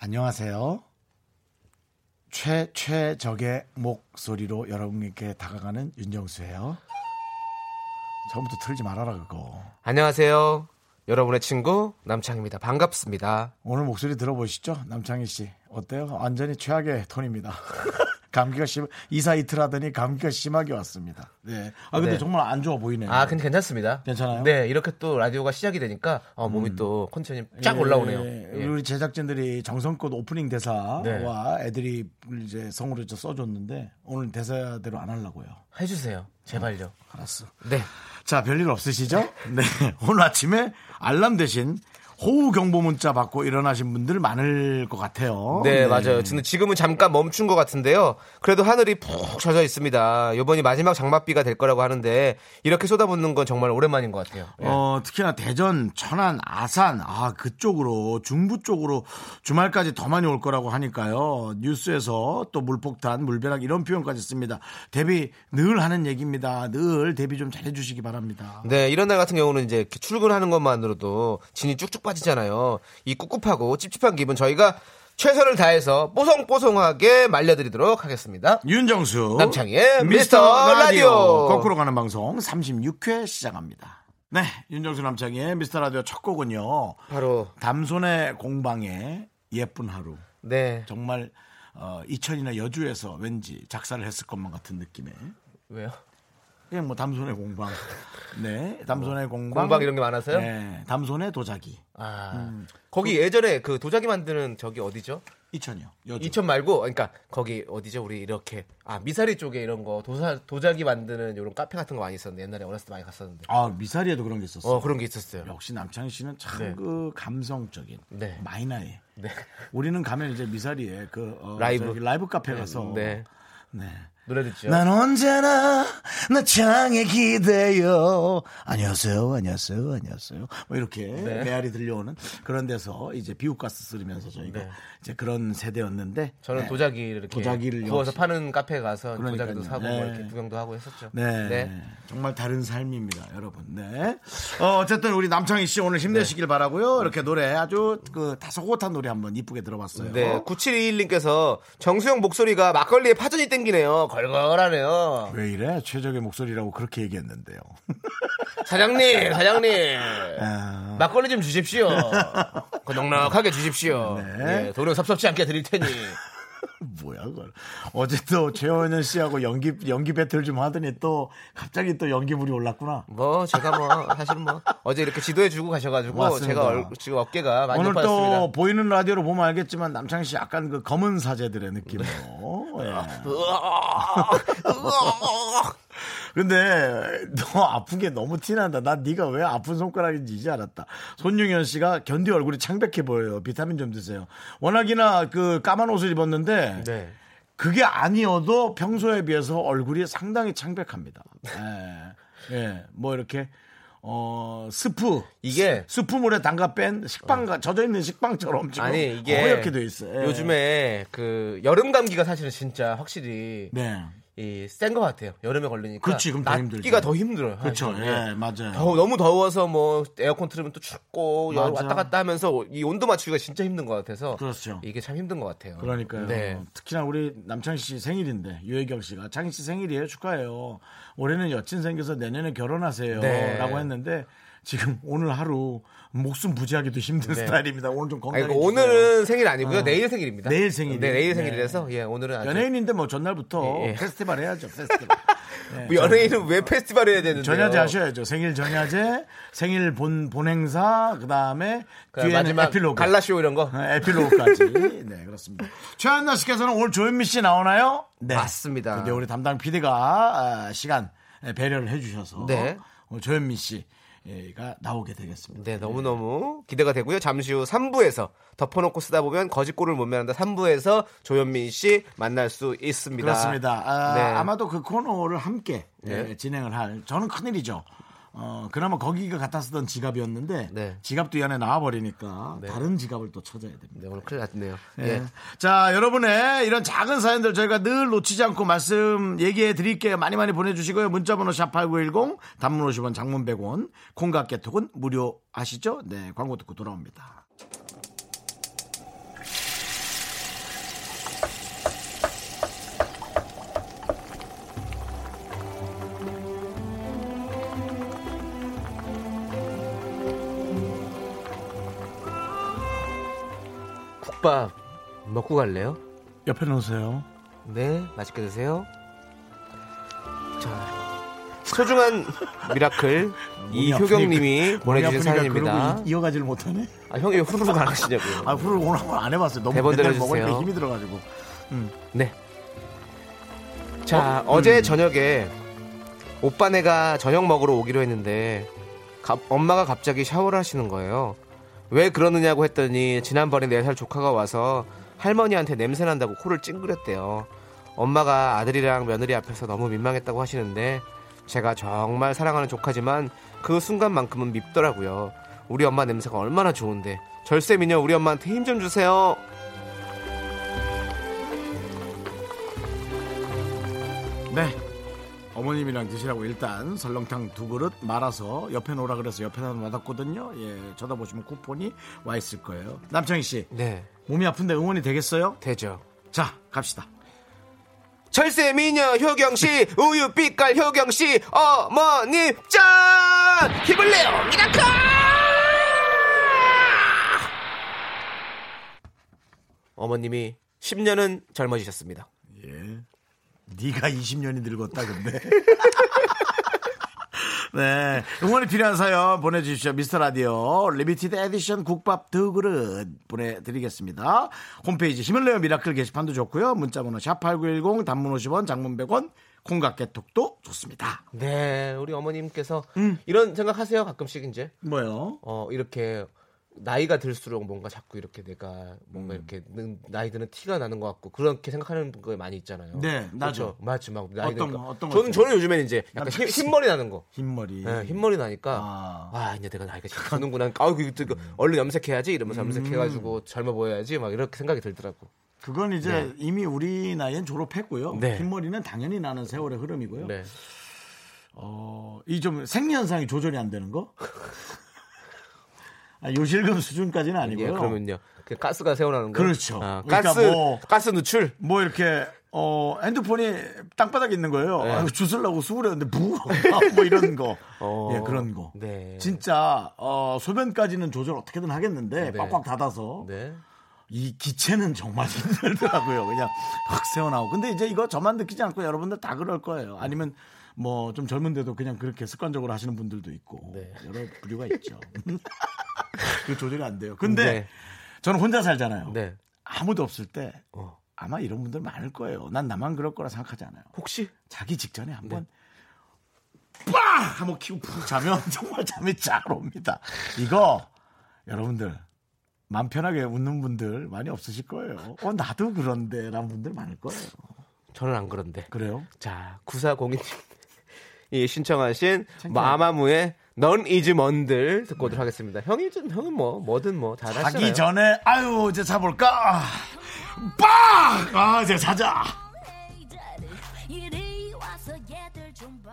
안녕하세요. 최최적의 목소리로 여러분께 다가가는 윤정수예요. 처음부터 틀지 말아라 그거. 안녕하세요. 여러분의 친구 남창입니다. 반갑습니다. 오늘 목소리 들어보시죠, 남창희 씨. 어때요? 완전히 최악의 톤입니다. 감기가 심 이사 이틀 하더니 감기가 심하게 왔습니다. 네. 아 근데 네. 정말 안 좋아 보이네요. 아, 근데 괜찮습니다. 괜찮아요? 음. 네, 이렇게 또 라디오가 시작이 되니까 어, 몸이 또 컨디션이 쫙 올라오네요. 예, 예. 우리 제작진들이 정성껏 오프닝 대사와 네. 애들이 이제 성으로 좀 써줬는데 오늘 대사대로 안 하려고요. 해주세요. 제발요. 알았어. 네. 자, 별일 없으시죠? 네. 오늘 아침에 알람 대신 호우 경보 문자 받고 일어나신 분들 많을 것 같아요. 네, 맞아요. 근데 지금은 잠깐 멈춘 것 같은데요. 그래도 하늘이 푹 젖어 있습니다. 요번이 마지막 장맛비가 될 거라고 하는데 이렇게 쏟아붓는 건 정말 오랜만인 것 같아요. 예. 어, 특히나 대전, 천안, 아산, 아, 그쪽으로, 중부 쪽으로 주말까지 더 많이 올 거라고 하니까요. 뉴스에서 또 물폭탄, 물벼락 이런 표현까지 씁니다. 대비 늘 하는 얘기입니다. 늘 대비 좀 잘해주시기 바랍니다. 네, 이런 날 같은 경우는 이제 이렇게 출근하는 것만으로도 진이 쭉쭉 빠지잖아요. 이 꿉꿉하고 찝찝한 기분 저희가 최선을 다해서 뽀송뽀송하게 말려드리도록 하겠습니다. 윤정수. 남창희의 미스터 라디오. 거꾸로 가는 방송 36회 시작합니다. 네, 윤정수 남창희의 미스터 라디오 첫 곡은요. 바로 담손의 공방의 예쁜 하루. 네 정말 어, 이천이나 여주에서 왠지 작사를 했을 것만 같은 느낌의 왜요? 그냥 뭐 담손의 공방, 네 담손의 공방, 공방 이런 게 많아서요? 네 담손의 도자기 아 거기 예전에 그 도자기 만드는 저기 어디죠? 이천이요 여주 이천 말고 그러니까 거기 어디죠? 우리 이렇게 아 미사리 쪽에 이런 거 도사 도자기 만드는 이런 카페 같은 거 많이 있었는데 옛날에 어렸을 때 많이 갔었는데 아 미사리에도 그런 게 있었어요. 어 그런 게 있었어요. 역시 남창희 씨는 네. 참 그 감성적인 네. 마이너에 네 우리는 가면 이제 미사리에 그 어, 라이브. 저기 라이브 카페 가서 네. 네. 노래 듣죠. 난 언제나 나 창에 기대요. 안녕하세요, 안녕하세요, 안녕하세요. 뭐 이렇게 네. 메아리 들려오는 그런 데서 이제 비우가스 쓰면서 저희가 네. 이제 그런 세대였는데 저는 네. 도자기를 이렇게 도자기를 구워서 역시- 파는 카페 가서 그러니까요. 도자기도 사고 네. 뭐 이렇게 구경도 하고 했었죠. 네. 정말 다른 삶입니다, 여러분. 네. 어, 어쨌든 우리 남창희 씨 오늘 네. 힘내시길 바라고요. 이렇게 노래 아주 그 다소곳한 노래 한번 이쁘게 들어봤어요. 네, 9721님께서 정수영 목소리가 막걸리에 파전이 땡기네요. 걸걸하네요. 왜 이래? 최적의 목소리라고 그렇게 얘기했는데요. 사장님, 사장님. 아. 막걸리 좀 주십시오. 그 넉넉하게 주십시오. 네. 예, 도로 섭섭지 않게 드릴 테니. 뭐야 그걸 어제도 최원현 씨하고 연기 연기 배틀 좀 하더니 또 갑자기 또 연기물이 올랐구나 뭐, 제가 뭐, 사실 뭐, 어제 이렇게 지도해주고 가셔가지고, 맞습니다. 제가 얼- 지금 어깨가 많이 오늘 높아졌습니다. 또 보이는 라디오로 보면 알겠지만 남창희 씨 약간 그 검은 사제들의 느낌으로 예. 근데 너 아픈 게 너무 티난다 난 네가 왜 아픈 손가락인지 이제 알았다 손용현 씨가 견디 얼굴이 창백해 보여요 비타민 좀 드세요 워낙이나 그 까만 옷을 입었는데 네. 그게 아니어도 평소에 비해서 얼굴이 상당히 창백합니다. 예. 예. 뭐 이렇게 어 스프 이게- 스, 프 물에 담가 뺀 식빵 가 젖어 있는 식빵처럼 지금 아니, 이게. 허옇게 돼 있어요. 예. 요즘에 그, 여름 감기가 사실은 진짜 확실히. 네. 이센 것 같아요. 여름에 걸리니까. 그렇지, 그럼 더 낮기가 힘들죠. 더 힘들어요. 그렇죠. 사실은. 예, 맞아요. 더워, 너무 더워서 뭐 에어컨 틀으면 또 춥고 여- 맞아. 왔다 갔다 하면서 이 온도 맞추기가 진짜 힘든 것 같아서 그렇죠. 이게 참 힘든 것 같아요. 그러니까요. 어, 네. 특히나 우리 남창희 씨 생일인데 유혜경 씨가 창희 씨 생일이에요. 축하해요. 올해는 여친 생겨서 내년에 결혼하세요라고 네. 했는데 지금 오늘 하루 목숨 부지하기도 힘든 스타일입니다. 오늘 좀 아, 건강해 이거 주세요. 오늘은 생일 아니고요. 내일 생일입니다. 내일 생일이에요. 네, 내일 네. 생일이라서 예, 오늘은 아주 연예인인데 뭐 전날부터 예, 예. 페스티벌 해야죠. 페스티벌. 예. 뭐 연예인은 왜 페스티벌 해야 되는데? 전야제 하셔야죠. 생일 전야제, 생일 본 본행사, 그다음에 뒤에는 마지막 에필로그. 갈라쇼 이런 거. 네, 에필로그까지. 네, 그렇습니다. 최한나 씨께서는 오늘 조현미 씨 나오나요? 네. 맞습니다. 근데 우리 담당 PD가 시간 배려를 아, 해 주셔서 어, 네. 조현미 씨 예,가 나오게 되겠습니다. 네, 너무너무 기대가 되고요. 잠시 후 3부에서 덮어놓고 쓰다 보면 거짓골을 못 면한다. 3부에서 조현민 씨 만날 수 있습니다. 그렇습니다. 아, 네. 마도그 코너를 함께 네. 예, 진행을 할 저는 큰일이죠. 어, 그나마 거기가 갖다 쓰던 지갑이었는데 네. 지갑도 이 안에 나와버리니까 다른 지갑을 또 찾아야 됩니다. 네, 오늘 큰일 났네요. 예. 예. 자, 여러분의 이런 작은 사연들 저희가 늘 놓치지 않고 말씀 얘기해 드릴게요. 많이 많이 보내주시고요. 문자번호 샵8910, 단문 50원, 장문 100원, 콩과 깨톡은 무료 아시죠? 네, 광고 듣고 돌아옵니다. 국밥 먹고 갈래요? 옆에 놓으세요. 네, 맛있게 드세요. 자, 소중한 미라클 이효경님이 보내주신 사연입니다. 이어가지를 못하네? 아, 형이 왜 후루룩 안 하시냐고요. 아, 후루룩 오늘 한번 안 해봤어요. 너무 대본 맨날 들어주세요. 먹으니까 힘이 들어가지고. 네. 자, 어? 제 저녁에 오빠네가 저녁 먹으러 오기로 했는데 갑- 엄마가 갑자기 샤워를 하시는 거예요. 왜 그러느냐고 했더니 지난번에 4살 조카가 와서 할머니한테 냄새 난다고 코를 찡그렸대요. 엄마가 아들이랑 며느리 앞에서 너무 민망했다고 하시는데 제가 정말 사랑하는 조카지만 그 순간만큼은 밉더라고요. 우리 엄마 냄새가 얼마나 좋은데 절세 미녀 우리 엄마한테 힘 좀 주세요. 네. 어머님이랑 드시라고 일단 설렁탕 두 그릇 말아서 옆에 놓으라 그래서 옆에 놔뒀거든요. 예, 쳐다보시면 쿠폰이 와 있을 거예요. 남창희 씨, 네, 몸이 아픈데 응원이 되겠어요? 되죠. 자, 갑시다. 철새 미녀 효경 씨, 우유 빛깔 효경 씨, 어머님 짠! 힘을 내요, 미라클! 어머님이 10년은 젊어지셨습니다. 예. 네가 20년이 늙었다 근데. 네. 응원이 필요한 사연 보내주십시오. 미스터 라디오 리미티드 에디션 국밥 두 그릇 보내드리겠습니다. 홈페이지 힘을 내요 미라클 게시판도 좋고요. 문자번호 샵8910 단문 50원 장문 100원 콩각개톡도 좋습니다. 네, 우리 어머님께서 이런 생각하세요, 가끔씩 이제. 뭐요? 어, 이렇게 나이가 들수록 뭔가 자꾸 이렇게 내가 뭔가 이렇게 는- 나이 드는 티가 나는 것 같고 그렇게 생각하는 거 많이 있잖아요. 네, 나죠. 그렇죠? 맞죠. 막 나이 어떤 드니까. 거, 어떤 거 저는 있어요? 저는 요즘엔 이제 약간 남자 흰, 씨. 흰머리 나는 거. 네, 흰머리. 예, 흰머리 나니까 아. 음. 아, 이제 내가 나이가 참 드는구나. 아우 그, 그, 그, 얼른 염색해야지 이러면서 염색해가지고 젊어 보여야지 막 이렇게 생각이 들더라고. 그건 이제 이미 우리 나이엔 졸업했고요. 네. 흰머리는 당연히 나는 세월의 흐름이고요. 네. 어, 이 좀 생리현상이 조절이 안 되는 거? 아, 요실금 수준까지는 예, 아니고요. 그러면요. 그 가스가 새어나는 거. 그렇죠. 아, 그러니까 가스 뭐- 가스 누출. 뭐 이렇게 어, 핸드폰이 땅바닥에 있는 거예요. 네. 아유, 주술라고 수그렸는데 부. 뭐 이런 거. 어, 예, 그런 거. 네. 진짜 어, 소변까지는 조절 어떻게든 하겠는데 네. 꽉꽉 닫아서 네. 이 기체는 정말 힘들더라고요. 그냥 확 새어나오고. 근데 이제 이거 저만 느끼지 않고 여러분들 다 그럴 거예요. 네. 아니면 뭐 좀 젊은데도 그냥 그렇게 습관적으로 하시는 분들도 있고 네. 여러 부류가 있죠. 그 조절이 안 돼요. 근데 네. 저는 혼자 살잖아요. 네. 아무도 없을 때 어. 아마 이런 분들 많을 거예요. 난 나만 그럴 거라 생각하지 않아요. 혹시 자기 직전에 한번 네. 빵 한번 키고 푹 자면 정말 잠이 잘 옵니다. 이거 여러분들 마음 편하게 웃는 분들 많이 없으실 거예요. 어 나도 그런데 라는 분들 많을 거예요. 저는 안 그런데. 그래요? 자, 9402님이 신청하신 마마무의 넌 이즈 먼들 듣고 오도록 하겠습니다. 형이 좀 형은 뭐 뭐든 뭐 잘하시잖아요. 자기 전에 아유 이제 자볼까? 빵! 아 이제 자자. 이리 와서 얘들 좀 봐.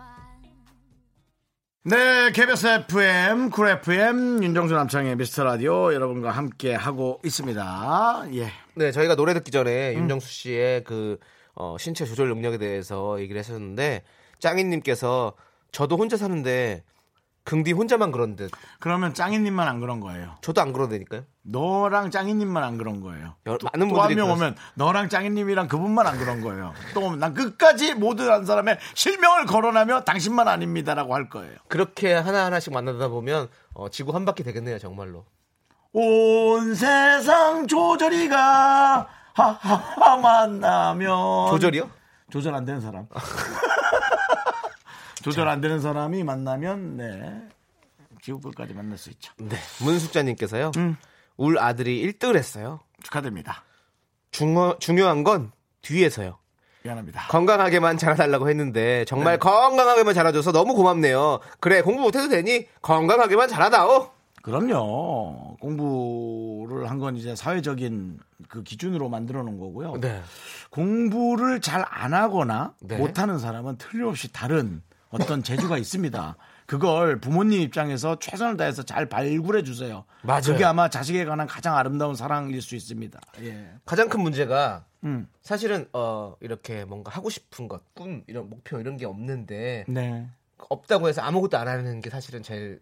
네, KBS FM, 쿨 FM, 윤정수 남창의 미스터 라디오 여러분과 함께 하고 있습니다. 예. 네, 저희가 노래 듣기 전에 음. 윤정수 씨의 그 어, 신체 조절 능력에 대해서 얘기를 했었는데 짱이님께서 저도 혼자 사는데 긍디 혼자만 그런 듯 그러면 짱이님만 안 그런 거예요. 저도 안 그러다니까요. 너랑 짱이님만 안 그런 거예요. 여- 많은 또 한 분들이 명 그러시- 오면 너랑 짱이님이랑 그분만 안 그런 거예요. 또 오면 난 끝까지 모든 한 사람의 실명을 거론하며 당신만 아닙니다라고 할 거예요. 그렇게 하나 하나씩 만나다 보면 어, 지구 한 바퀴 되겠네요, 정말로. 온 세상 조절이가 하하하 만나면 조절이요? 조절 안 되는 사람. 조절 안 되는 사람이 만나면 네 지구불까지 만날 수 있죠. 네. 문숙자님께서요. 음. 울 아들이 1등을 했어요. 축하드립니다. 중요, 중요한 건 뒤에서요. 미안합니다. 건강하게만 자라달라고 했는데 정말 건강하게만 자라줘서 너무 고맙네요. 그래 공부 못해도 되니 건강하게만 자라다오. 그럼요. 공부를 한 건 이제 사회적인 그 기준으로 만들어 놓은 거고요. 공부를 잘 안 하거나 네. 못하는 사람은 틀림없이 다른 어떤 재주가 있습니다. 그걸 부모님 입장에서 최선을 다해서 잘 발굴해 주세요. 맞아요. 그게 아마 자식에 관한 가장 아름다운 사랑일 수 있습니다. 예. 가장 큰 문제가 음. 사실은 어 이렇게 뭔가 하고 싶은 것, 꿈 이런 목표 이런 게 없는데 네. 없다고 해서 아무것도 안 하는 게 사실은 제일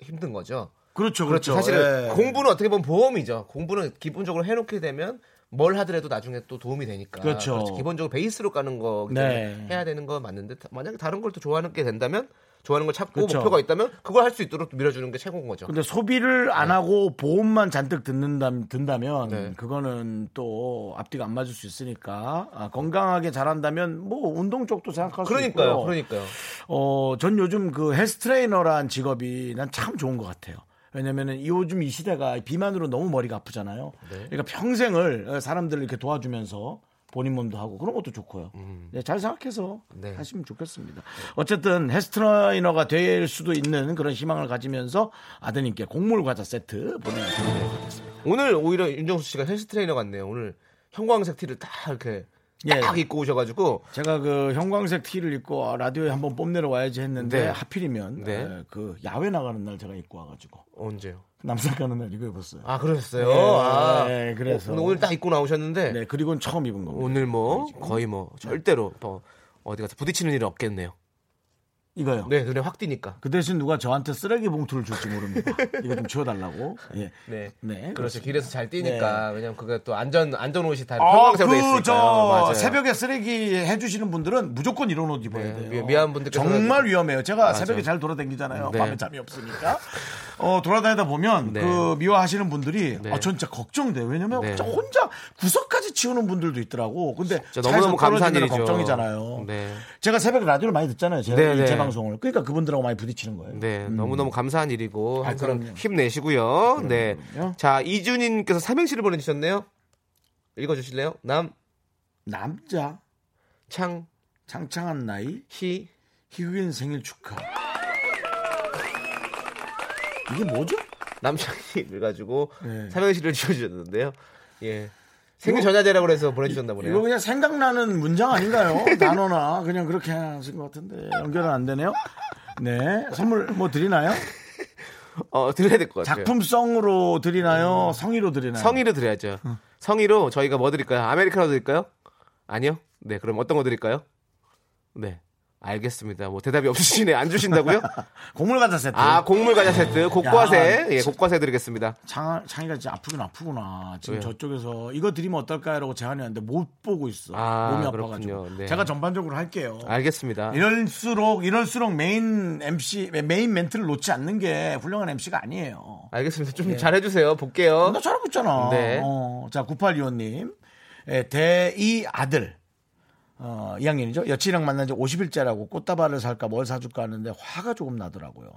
힘든 거죠. 그렇죠, 그렇죠. 사실은 예. 공부는 어떻게 보면 보험이죠. 공부는 기본적으로 해놓게 되면 뭘 하더라도 나중에 또 도움이 되니까. 그렇죠. 기본적으로 베이스로 가는 거 네. 해야 되는 거 맞는데 다- 만약에 다른 걸 또 좋아하는 게 된다면 좋아하는 걸 찾고 그렇죠. 목표가 있다면 그걸 할 수 있도록 또 밀어주는 게 최고인 거죠. 근데 소비를 안 하고 보험만 잔뜩 듣는다, 든다면 네. 그거는 또 앞뒤가 안 맞을 수 있으니까 아, 건강하게 자란다면 뭐 운동 쪽도 생각할 수 그러니까요, 있고요. 그러니까요. 어, 전 요즘 그 헬스 트레이너란 직업이 난 참 좋은 것 같아요. 왜냐면은 이 요즘 이 시대가 비만으로 너무 머리가 아프잖아요. 네. 그러니까 평생을 사람들을 이렇게 도와주면서 본인 몸도 하고 그런 것도 좋고요. 네, 잘 생각해서 음. 네. 하시면 좋겠습니다. 어쨌든 헬스 트레이너가 될 수도 있는 그런 희망을 가지면서 아드님께 곡물 과자 세트 보내드리도록 하겠습니다. 오늘 오히려 윤정수 씨가 헬스 트레이너 같네요. 오늘 형광색 티를 딱 이렇게 예. 딱 입고 오셔가지고 제가 그 형광색 티를 입고 아, 라디오에 한번 뽐내러 와야지 했는데 네. 하필이면 네. 에, 그 야외 나가는 날 제가 입고 와가지고 언제요? 남산 가는 날 이거 입었어요. 아 그러셨어요. 예, 아. 예, 그래서. 오- 오늘 딱 입고 나오셨는데 네, 그리고는 처음 입은 겁니다. 오늘 뭐 거의 뭐 절대로 뭐 어디 가서 부딪히는 일이 없겠네요. 이거요. 네 눈에 확 띄니까. 그 대신 누가 저한테 쓰레기 봉투를 줄지 모릅니다. 이거 좀 치워달라고. 예. 네. 네. 그렇죠. 길에서 잘 띄니까 왜냐면 그게 또 안전 안전 옷이 다 아, 형광색으로 돼 있으니까. 그저 새벽에 쓰레기 해주시는 분들은 무조건 이런 옷 입어야 네, 돼요. 미- 미안 분들께서 정말 위험해요. 제가 맞아요. 새벽에 잘 돌아다니잖아요. 네. 밤에 잠이 없으니까. 어, 돌아다니다 보면 네. 그 미워하시는 분들이 네. 아, 전 진짜 걱정돼요. 왜냐면 네. 진짜 혼자 구석까지 치우는 분들도 있더라고. 근데 진짜 차에서 너무너무 감사한 떨어지면 일이죠. 걱정이잖아요. 네. 제가 새벽에 라디오를 많이 듣잖아요. 제가 네, 이 네. 재방송을. 그러니까 그분들하고 많이 부딪히는 거예요. 네, 너무너무 감사한 일이고 음. 아, 항상 그럼요. 힘내시고요. 네, 그럼요. 자 이준희님께서 삼행시를 보내주셨네요. 읽어주실래요? 남자 남창희 창창한 나이 희극인 생일 축하. 이게 뭐죠? 남창희를 가지고 네. 삼행시를 지어주셨는데요. 예, 생일 전야제라고 그래서 보내주셨나 이거 보네요. 그냥 생각나는 문장 아닌가요? 단어나 그냥 그렇게 하신 것 같은데 연결은 안 되네요. 네, 선물 뭐 드리나요? 네. 어 드려야 될 것 같아요. 작품성으로 드리나요? 성의로 드리나요? 네. 성의로 드려야죠. 성의로 저희가 뭐 드릴까요? 아메리카노 드릴까요? 아니요. 네, 그럼 어떤 거 드릴까요? 네, 알겠습니다. 뭐 대답이 없으시네. 안 주신다고요? 곡물 과자 세트. 아, 곡물 과자 세트, 네. 야, 곡과세, 예, 곡과세 드리겠습니다. 창, 창이가 진짜 아프긴 아프구나. 지금 왜요? 저쪽에서 이거 드리면 어떨까요라고 제안이 왔는데 못 보고 있어. 아, 몸이 그렇군요. 아파가지고. 네. 제가 전반적으로 할게요. 알겠습니다. 이럴수록 이럴수록 메인 MC 메인 멘트를 놓지 않는 게 훌륭한 MC가 아니에요. 알겠습니다. 예. 좀 잘해주세요. 볼게요. 나 잘하고 있잖아. 네. 어, 자 9825님 예, 대이 아들 어, 2학년이죠. 여친이랑 만난 지 50일째라고 꽃다발을 살까 뭘 사줄까 하는데 화가 조금 나더라고요.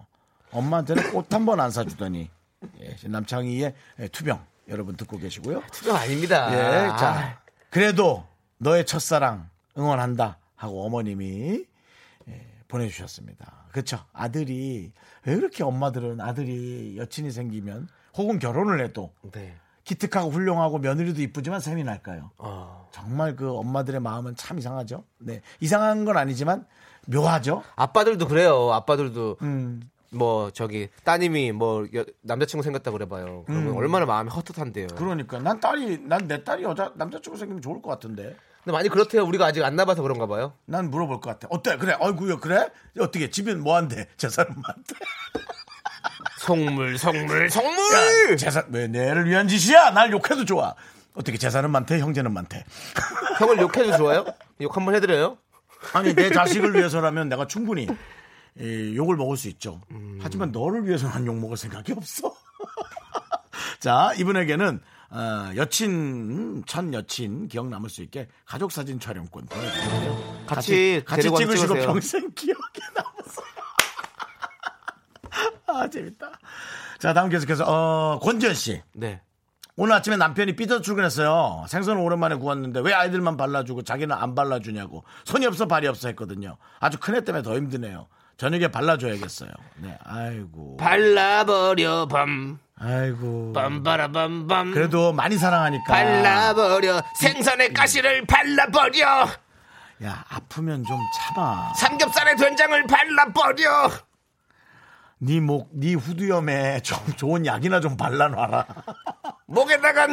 엄마한테는 꽃 한 번 안 사주더니 예, 남창희의 예, 투병 여러분 듣고 계시고요. 투정 아닙니다. 예, 자, 그래도 너의 첫사랑 응원한다 하고 어머님이 예, 보내주셨습니다. 그렇죠. 아들이 왜 이렇게 엄마들은 아들이 여친이 생기면 혹은 결혼을 해도 네. 기특하고 훌륭하고 며느리도 이쁘지만 셈이 날까요? 어. 정말 그 엄마들의 마음은 참 이상하죠. 네, 이상한 건 아니지만 묘하죠. 아빠들도 그래요. 아빠들도 음. 뭐 저기 따님이 뭐 여- 남자친구 생겼다 그래봐요. 그러면 얼마나 마음이 헛헛한데요. 그러니까 난 딸이 난 내 딸이 여자 남자친구 생기면 좋을 것 같은데. 근데 많이 그렇대요. 우리가 아직 안 나봐서 그런가 봐요. 난 물어볼 것 같아. 어때? 그래. 아이고야 그래? 어떻게 집은 뭐 한대? 제 사람한테. 속물, 속물, 속물. 야, 재산 왜 내를 위한 짓이야? 날 욕해도 좋아. 어떻게 재산은 많대, 형제는 많대. 형을 욕해도 좋아요? 욕 한번 해드려요. 아니 내 자식을 위해서라면 내가 충분히 이, 욕을 먹을 수 있죠. 하지만 너를 위해서는 한욕 먹을 생각이 없어. 자 이분에게는 어, 여친 전 여친 기억 남을 수 있게 가족 사진 촬영권 보내드릴게요. 같이 같이 데리고 한번 찍으시고 찍으세요. 평생 기억에 남으세요. 아, 재밌다. 자, 다음 계속해서, 어, 권지현 씨. 네. 오늘 아침에 남편이 삐져 출근했어요. 생선을 오랜만에 구웠는데 왜 아이들만 발라주고 자기는 안 발라주냐고. 손이 없어 발이 없어 했거든요. 아주 큰 애 때문에 더 힘드네요. 저녁에 발라줘야겠어요. 네, 아이고. 발라버려 밤 아이고. 밤바라밤밤 그래도 아. 많이 사랑하니까. 발라버려 생선의 가시를 발라버려 야, 아프면 좀 참아. 삼겹살의 된장을 발라버려 네 목, 네 후두염에 좀 좋은 약이나 좀 발라놔라. 목에다가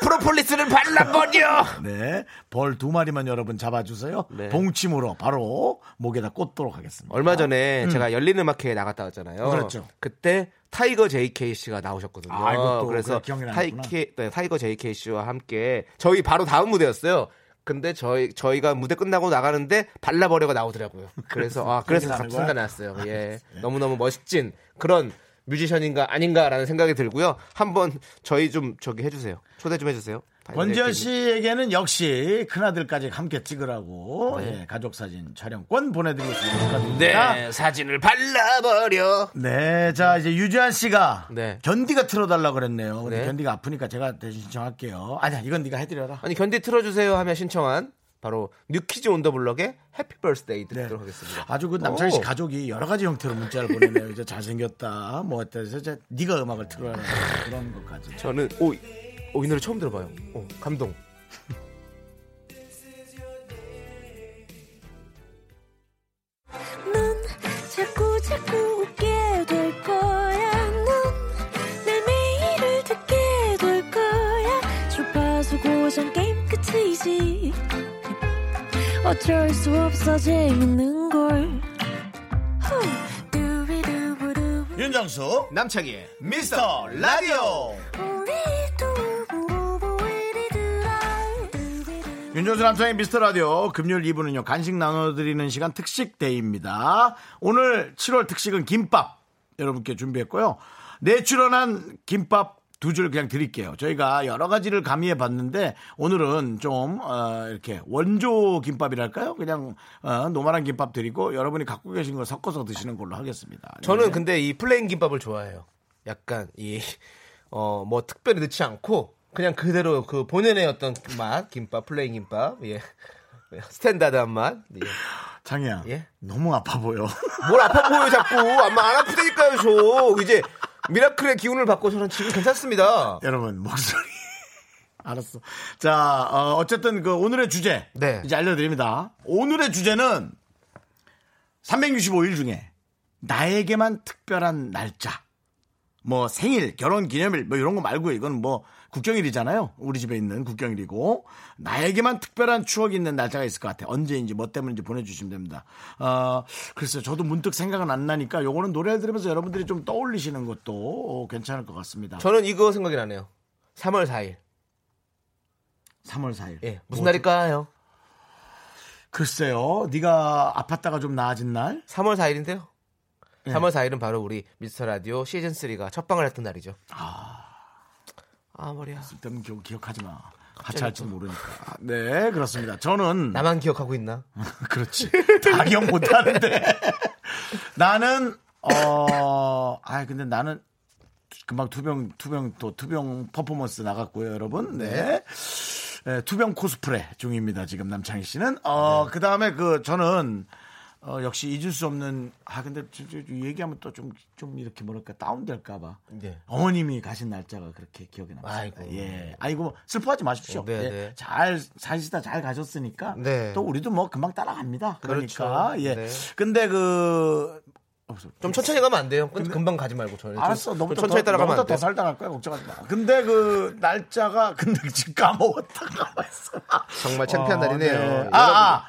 프로폴리스를 발라버려 네. 벌 두 마리만 여러분 잡아주세요. 네. 봉침으로 바로 목에다 꽂도록 하겠습니다. 얼마 전에 제가 열린 음악회에 나갔다 왔잖아요. 아, 그렇죠. 그때 타이거 JK 씨가 나오셨거든요. 아, 이것도 그래서 그래, 기억이 나는구나. 타이케, 네, 타이거 JK 씨와 함께 저희 바로 다음 무대였어요. 근데 저희 저희가 무대 끝나고 나가는데 발라버려가 나오더라고요. 그래서 아 그래서 기억이 나는 갑자기 거야? 네. 생각났어요. 예, 너무 너무 멋진 그런 뮤지션인가 아닌가라는 생각이 들고요. 한번 저희 좀 저기 해주세요. 초대 좀 해주세요. 권지현 씨에게는 역시 큰아들까지 함께 찍으라고 네. 예, 가족사진 촬영권 보내드리겠습니다. 네 사진을 발라버려. 네, 자 이제 유재한 씨가 네. 견디가 틀어달라 그랬네요. 근데 네. 견디가 아프니까 제가 대신 신청할게요. 아니야, 이건 네가 해드려라. 아니 견디 틀어주세요 하며 신청한 바로 뉴키즈 온더블럭의 해피 벌스데이 네. 듣도록 하겠습니다. 아주 그 남창희 씨 오. 가족이 여러 가지 형태로 문자를 보내네요. 이제 잘생겼다, 뭐 어때, 그래서 이제 네가 음악을 틀어라 그런 것까지. 저는 오, 이- 오, 이 노래 처음 들어봐요. 오, 감동. 넌 자꾸 자꾸 웃게 될 거야. 넌내 매일을 듣게 될 거야. 주파수 고정 게임 끝이지. 어쩔 수 없어 재밌는 걸. 후. 두비두부두부. 윤정수 남창희의 미스터 라디오. 우리 두부부부 우리 두라. 두비두부. 윤정수 남창의 미스터 라디오 금요일 2부는요 간식 나눠드리는 시간 특식 데이입니다. 오늘 7월 특식은 김밥 여러분께 준비했고요. 내추럴한 김밥 두 줄 그냥 드릴게요. 저희가 여러 가지를 가미해 봤는데 오늘은 좀 어, 이렇게 원조 김밥이랄까요? 그냥 어, 노말한 김밥 드리고 여러분이 갖고 계신 걸 섞어서 드시는 걸로 하겠습니다. 저는 그- 네. 근데 이 플레인 김밥을 좋아해요. 약간 이 어 뭐 특별히 넣지 않고 그냥 그대로 그 본연의 어떤 맛 김밥 플레인 김밥 예 스탠다드한 맛. 예. 창희야 예? 너무 아파 보여. 뭘 아파 보여 자꾸 아마 안 아프다니까요 저 이제 미라클의 기운을 받고 저는 지금 괜찮습니다. 여러분 목소리 알았어. 자 어, 어쨌든 그 오늘의 주제 네. 이제 알려드립니다. 오늘의 주제는 365일 중에 나에게만 특별한 날짜, 뭐 생일, 결혼 기념일 뭐 이런 거 말고 이건 뭐 국경일이잖아요. 우리 집에 있는 국경일이고 나에게만 특별한 추억이 있는 날짜가 있을 것 같아요. 언제인지 뭐 때문인지 보내주시면 됩니다. 어, 글쎄요, 저도 문득 생각은 안 나니까 요거는 노래를 들으면서 여러분들이 좀 떠올리시는 것도 어, 괜찮을 것 같습니다. 저는 이거 생각이 나네요. 3월 4일. 3월 4일. 뭐 예. 무슨 날일까요? 글쎄요. 네가 아팠다가 좀 나아진 날? 3월 4일인데요. 네. 3월 4일은 바로 우리 미스터 라디오 시즌 3가 첫 방을 했던 날이죠. 아, 머리야. 그때는 기, 기억하지 마. 하차할지 모르니까. 네, 그렇습니다. 저는 나만 기억하고 있나? 아, 그렇지. 다 기억 못 하는데. 나는 어, 아 근데 나는 금방 투병 투병 또 투병 퍼포먼스 나갔고요, 여러분. 네. 네, 투병 코스프레 중입니다. 지금 남창희 씨는 어, 그다음에 그 저는 어, 역시 잊을 수 없는 아 근데 저- 저- 저 얘기하면 또 좀 좀 이렇게 뭐랄까 다운될까 봐. 네. 어머님이 가신 날짜가 그렇게 기억에 남습니다. 아이고. 예. 아이고 뭐 슬퍼하지 마십시오. 어, 네, 예. 네. 잘 사시다 잘 가셨으니까 네. 또 우리도 뭐 금방 따라갑니다. 그러니까 그렇죠. 예. 네. 근데 그 좀 천천히 가면 안 돼요. 근- 금방 가지 말고 저는. 좀- 알았어 좀 너무 천천히 따라가면 안 더 돼요. 살다 갈 거야 걱정하지 마. 근데 그 날짜가 근데 지금 까먹었다 까먹었어. 정말 창피한 날이네요. 네. 여러분. 아, 아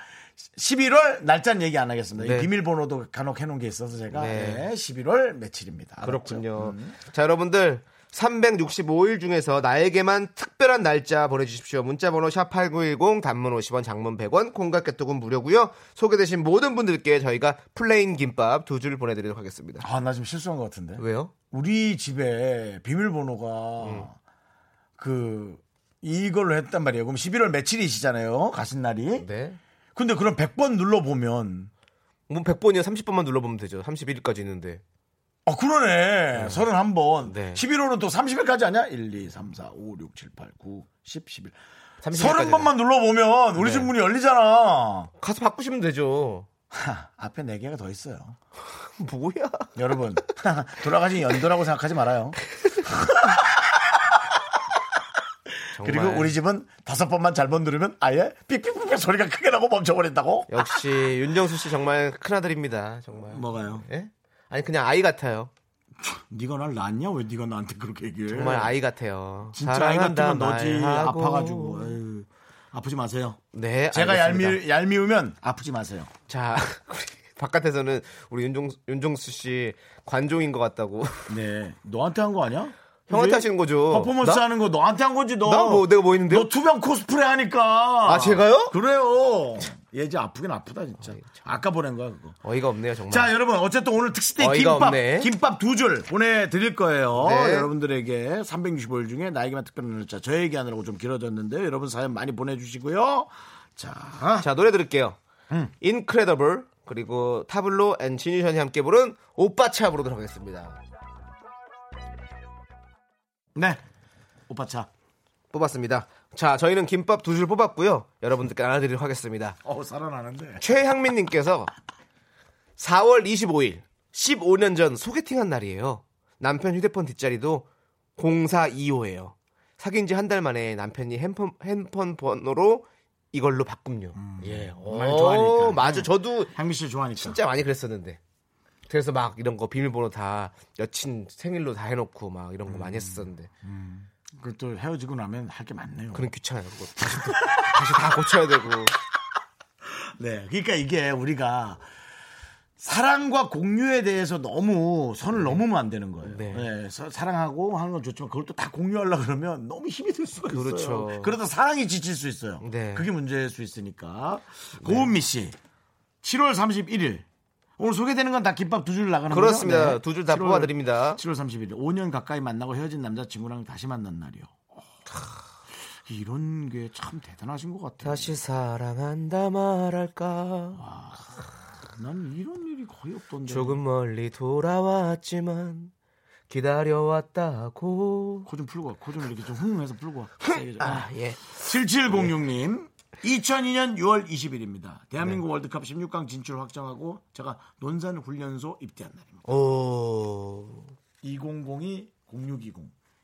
11월 날짜는 얘기 안 하겠습니다. 이 네. 비밀번호도 간혹 해놓은 게 있어서 제가 네. 네, 11월 며칠입니다. 그렇군요. 자, 여러분들 365일 중에서 나에게만 특별한 날짜 보내주십시오. 문자번호 샵 #8910 단문 50원, 장문 100원, 콩과 깨톡은 무료고요. 소개되신 모든 분들께 저희가 플레인 김밥 두 줄 보내드리도록 하겠습니다. 아나 네. 지금 실수한 것 같은데. 왜요? 우리 집에 비밀번호가 음. 그 이걸로 했단 말이에요. 그럼 11월 며칠이시잖아요. 가신 날이. 네. 근데 그럼 100번 눌러보면 뭐 100번이요 30번만 눌러보면 되죠. 31일까지 있는데. 어, 그러네. 31번. 네. 11호는 또 30일까지 아니야? 1, 2, 3, 4, 5, 6, 7, 8, 9, 10, 11. 30 일까지는. 30번만 눌러보면 우리 네. 집 문이 열리잖아. 가서 바꾸시면 되죠. 하, 앞에 4개가 더 있어요. 뭐야? 여러분, 돌아가신 연도라고 생각하지 말아요. 정말. 그리고 우리 집은 다섯 번만 잘못 누르면 아예 삑삑삑 소리가 크게 나고 멈춰버린다고? 역시 윤정수 씨 정말 큰아들입니다. 정말. 뭐가요? 예? 아니 그냥 아이 같아요. 네가 날 낳았냐? 왜 네가 나한테 그렇게 얘기해? 정말 아이 같아요. 네. 진짜 아이 사랑한다 같으면 너지 말하고. 아파가지고 에휴, 아프지 마세요. 네. 제가 알겠습니다. 얄미, 얄미우면 아프지 마세요. 자, 우리 바깥에서는 우리 윤종, 윤종수 씨 관종인 것 같다고. 네, 너한테 한 거 아니야? 형한테 그지? 하시는 거죠. 퍼포먼스 나? 하는 거 너한테 한 거지 너. 나 뭐, 내가 뭐 했는데요? 너 투병 코스프레 하니까. 아, 제가요? 그래요. 얘 이제 아프긴 아프다 진짜. 아까 보낸 거야 그거. 어이가 없네요, 정말. 자 여러분 어쨌든 오늘 특수데이 어이가 김밥 없네. 김밥 두 줄 보내드릴 거예요 네. 여러분들에게 365일 중에 나에게만 특별한 날짜 저 얘기하느라고 좀 길어졌는데요 여러분 사연 많이 보내주시고요 자, 자, 노래 들을게요. 음. 인크레더블 그리고 타블로 앤 진유션이 함께 부른 오빠 샵으로 들어가겠습니다. 네 오빠 차 뽑았습니다. 자, 저희는 김밥 두 줄 뽑았고요. 여러분들께 알려드리도록 하겠습니다. 어, 살아나는데 최향민님께서 4월 25일 15년 전 소개팅한 날이에요. 남편 휴대폰 뒷자리도 0425예요. 사귄 지 한 달 만에 남편이 핸폰, 핸폰 번호로 이걸로 바꿈요. 예, 많이 오, 음. 좋아하니까. 맞아, 저도 향미 씨 좋아하니까 진짜 많이 그랬었는데. 그래서 막 이런 거 비밀번호 다 여친 생일로 다 해놓고 막 이런 거 많이 했었는데. 그리고 또 헤어지고 나면 할 게 많네요 그럼 귀찮아요. 그거 다시, 또- 다시 다 고쳐야 되고. 네 그러니까 이게 우리가 사랑과 공유에 대해서 너무 선을 넘으면 안 되는 거예요. 네. 네, 서- 사랑하고 하는 건 좋지만 그걸 또 다 공유하려 그러면 너무 힘이 들 수가 있어요. 그렇죠. 그러다 사랑이 지칠 수 있어요. 네. 그게 문제일 수 있으니까. 고은미 씨, 7월 31일 오늘 소개되는 건 다 김밥 두 줄 나가는 그렇습니다. 거죠? 네. 두 네. 줄 다 7월 뽑아드립니다. 7월 31일 5년 가까이 만나고 헤어진 남자친구랑 다시 만난 날이요. 어, 이런 게 참 대단하신 것 같아요. 다시 사랑한다 말할까. 난 이런 일이 거의 없던데. 조금 멀리 돌아왔지만 기다려왔다고. 코 좀 풀고 와. 코좀 이렇게 좀 흥해서 풀고 와. 세게 좀. 아, 예. 7706님. 2002년 6월 20일입니다. 대한민국 월드컵 16강 진출 확정하고 제가 논산 훈련소 입대한 날입니다. 오. 2002 0620.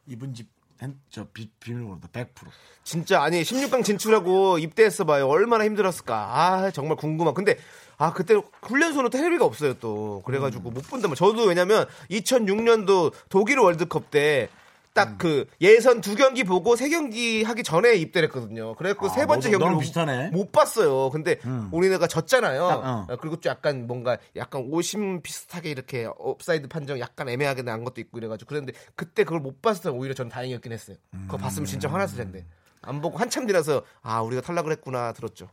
이분 집, 핸- 저 비, 비밀번호다. 100%. 진짜 아니 16강 진출하고 입대했어 봐요. 얼마나 힘들었을까. 아 정말 궁금한. 근데 아 그때 훈련소는 텔레비가 없어요 또. 그래가지고 음. 못 본단 말. 저도 왜냐면 2006년도 독일 월드컵 때 딱 음. 그 예선 두 경기 보고 세 경기 하기 전에 입대를 했거든요. 그래갖고 아, 세 번째 너도- 경기를 너랑 비슷하네. 못 봤어요. 근데 우리네가 졌잖아요. 음. 딱, 어. 아, 그리고 좀 약간 뭔가 약간 오심 비슷하게 이렇게 업사이드 판정 약간 애매하게 난 것도 있고 이래가지고 그랬는데 그때 그걸 못 봤어요. 오히려 전 다행이었긴 했어요. 그거 봤으면 진짜 음. 화났을 텐데 안 보고 한참 지나서 아 우리가 탈락을 했구나 들었죠.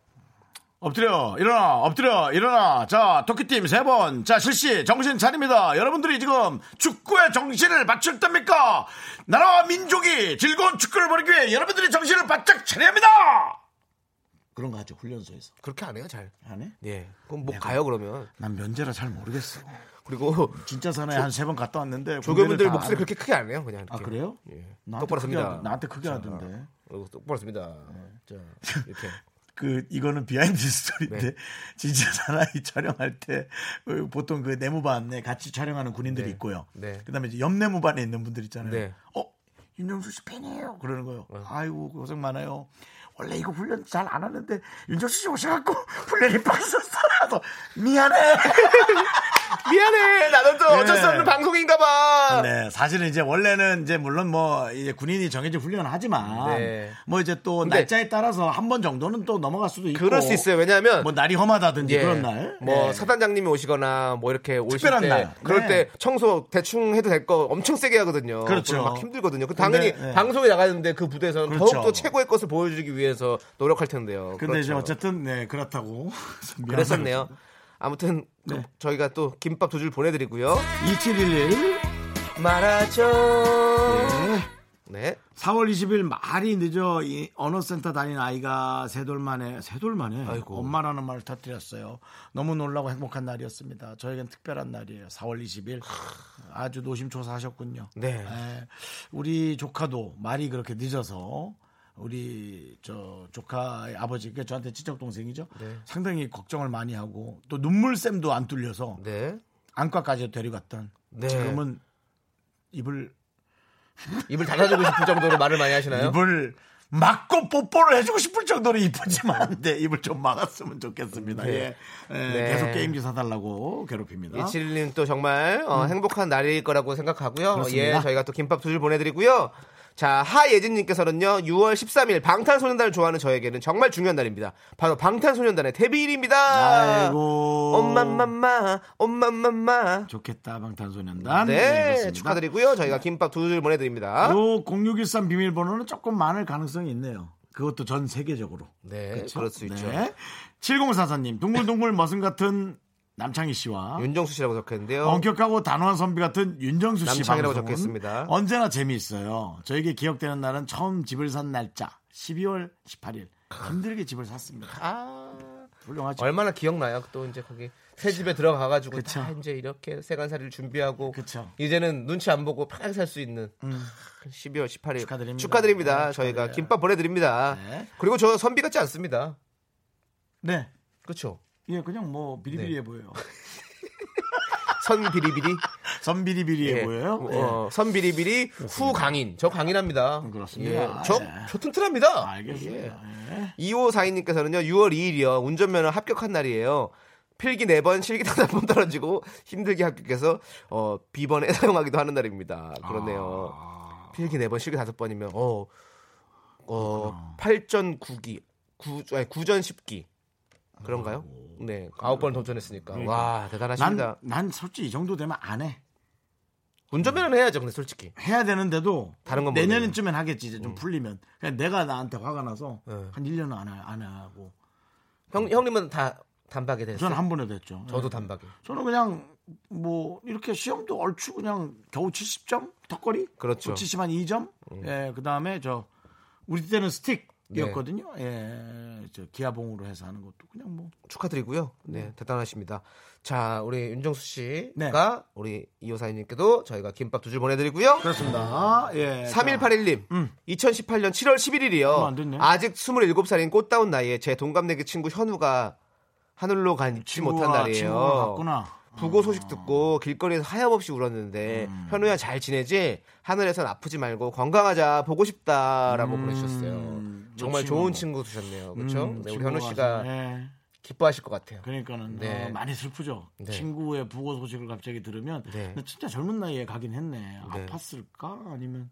엎드려 일어나 엎드려 일어나 자 토끼팀 세 번 자 실시 정신 차립니다 여러분들이 지금 축구에 정신을 바칠 때입니까 나라와 민족이 즐거운 축구를 벌이기 위해 여러분들이 정신을 바짝 차려야 합니다 그런 거 하죠 훈련소에서 그렇게 안 해요 잘. 안 해? 예. 그럼 네, 뭐 가요 그러면. 난 면제라 잘 모르겠어 그리고 진짜 사나이 한 세 번 갔다 왔는데 군대를 조교분들 다 목소리 안- 그렇게 크게 안 해요 그냥. 아 이렇게. 그래요? 예. 나한테 똑바로 크게 씁니다. 하던- 나한테 크게 자, 하던데 어, 똑바로 씁니다. 자 이렇게. 그 이거는 비하인드 스토리인데 네. 진짜 사나이 촬영할 때 어, 보통 그 내무반에 같이 촬영하는 군인들이 네. 있고요. 네. 그다음에 이제 옆 내무반에 있는 분들 있잖아요. 네. 어 윤정수 씨 팬이에요. 그러는 거예요. 아이고 고생 많아요. 원래 이거 훈련 잘 안 하는데 윤정수 씨 오셔갖고 훈련이 빠졌어요. 미안해. 미안해 나는 또 어쩔 네. 수 없는 방송인가봐. 네, 사실은 이제 원래는 이제 물론 뭐 이제 군인이 정해진 훈련을 하지만 네. 뭐 이제 또 근데- 날짜에 따라서 한 번 정도는 또 넘어갈 수도 있고 그럴 수 있어요. 왜냐하면 뭐 날이 험하다든지 예. 그런 날. 뭐 예. 사단장님이 오시거나 뭐 이렇게 오실 특별한 때 날. 그럴 네. 때 청소 대충 해도 될 거 엄청 세게 하거든요. 그렇죠. 그럼 막 힘들거든요. 그 근데, 당연히 예. 방송에 나가는데 그 부대에서는 그렇죠. 더욱 더 최고의 것을 보여주기 위해서 노력할 텐데요. 근데 이제 그렇죠. 어쨌든 네 그렇다고 그랬었네요. 아무튼 그 네. 저희가 또 김밥 두 줄 보내드리고요. 2711 말하죠. 네. 4월 20일 말이 늦어 이 언어센터 다닌 아이가 세 돌 만에 세 돌 만에 아이고. 엄마라는 말을 터뜨렸어요. 너무 놀라고 행복한 날이었습니다. 저에겐 특별한 날이에요. 4월 20일 아주 노심초사하셨군요. 네. 예. 우리 조카도 말이 그렇게 늦어서 우리 저 조카의 아버지 그 저한테 친척 동생이죠. 네. 상당히 걱정을 많이 하고 또 눈물샘도 안 뚫려서 네. 안과까지 데려갔던 네. 지금은 입을 입을 닫아주고 싶을 정도로 말을 많이 하시나요? 입을 막고 뽀뽀를 해주고 싶을 정도로 이쁘지만 한데 입을 좀 막았으면 좋겠습니다. 네. 예. 예, 네. 예, 계속 게임기 사달라고 괴롭힙니다. 이칠님 또 정말 어, 행복한 날일 거라고 생각하고요. 음. 그렇습니다. 예, 저희가 또 김밥 두 줄 보내드리고요. 자, 하예진님께서는요, 6월 13일 방탄소년단을 좋아하는 저에게는 정말 중요한 날입니다. 바로 방탄소년단의 데뷔일입니다. 아이고 엄마맘마, 엄마맘마. 좋겠다 방탄소년단. 예, 네, 그렇습니다. 축하드리고요. 저희가 김밥 두 줄 보내드립니다. 요 0613 비밀번호는 조금 많을 가능성이 있네요. 그것도 전 세계적으로. 네, 그렇죠? 그럴수 있죠. 네. 7044님 둥글둥글 머슴 같은 남창희 씨와 윤정수 씨라고 적혔는데요. 엄격하고 단호한 선비 같은 윤정수 씨 어? 남창이라고 방송은 적겠습니다. 언제나 재미있어요. 저에게 기억되는 날은 처음 집을 산 날짜 12월 18일 힘들게 집을 샀습니다. 아, 훌륭하죠. 얼마나 기억나요? 또 이제 거기 새 집에 들어가가지고 그쵸. 다 이제 이렇게 세간살이를 준비하고 그쵸. 음. 이제는 눈치 안 보고 편하게 살 수 있는 12월 18일 축하드립니다. 축하드립니다. 네, 저희가 축하드려요. 김밥 보내드립니다. 네. 그리고 저 선비 같지 않습니다. 네. 그렇죠? 예, 그냥 뭐 비리비리해 네. 보여요. 선 비리비리. 선비리비리해 예. 보여요. 어, 선 비리비리 후 강인. 저 강인합니다. 음, 그렇습니다. 예. 저, 네. 저 예. 튼튼합니다. 알겠습니다. 예. 2542님께서는요, 6월 2일이요, 운전면허 합격한 날이에요. 필기 4번, 실기 단 한 번 떨어지고 힘들게 합격해서 어, B번에 사용하기도 하는 날입니다. 그렇네요. 필기 4번, 실기 5번이면 어, 어 8전 9기, 9, 아니, 9전 10기 그런가요? 네, 9번을 도전했으니까. 와, 대단하십니다. 난, 난 솔직히 이 정도 되면 안 해. 운전면허는 해야죠, 근데 솔직히. 해야 되는데도 다른 건 음. 내년쯤엔 하겠지 이제 좀 풀리면 그냥 내가 나한테 화가 나서 네. 한 1년은 안, 하- 안 하고 형, 형님은 다 단박에 됐어요? 저는 한 번에 됐죠. 예. 저도 단박에. 저는 그냥 뭐 이렇게 시험도 얼추 그냥 겨우 70점 턱걸이 뭐 그렇죠. 70한 2점 예 그다음에 저 우리 때는 네. 스틱이었거든요 예저 기아봉으로 해서 하는 것도 그냥 뭐 축하드리고요. 네, 대단하십니다. 자, 우리 윤정수 씨가 네. 우리 이호사님께도 저희가 김밥 두 줄 보내드리고요. 그렇습니다 예 3181님, 2018년 7월 11일이요. 얼마 안 됐네. 아직 27살인 꽃다운 나이에 제 동갑내기 친구 현우가 하늘로 간지 친구와 못한 날이에요. 친구가 같구나 아. 부고 소식 듣고 길거리에서 하염없이 울었는데 음. 현우야 잘 지내지? 하늘에선 아프지 말고 건강하자 보고 싶다라고 보내주셨어요. 정말 친구. 좋은 친구 두셨네요. 그렇죠? 음, 네, 우리 친구가 현우 씨가 예. 기뻐하실 것 같아요. 그러니까는 네. 어, 많이 슬프죠. 네. 친구의 부고 소식을 갑자기 들으면 네. 나 진짜 젊은 나이에 가긴 했네. 아팠을까 아니면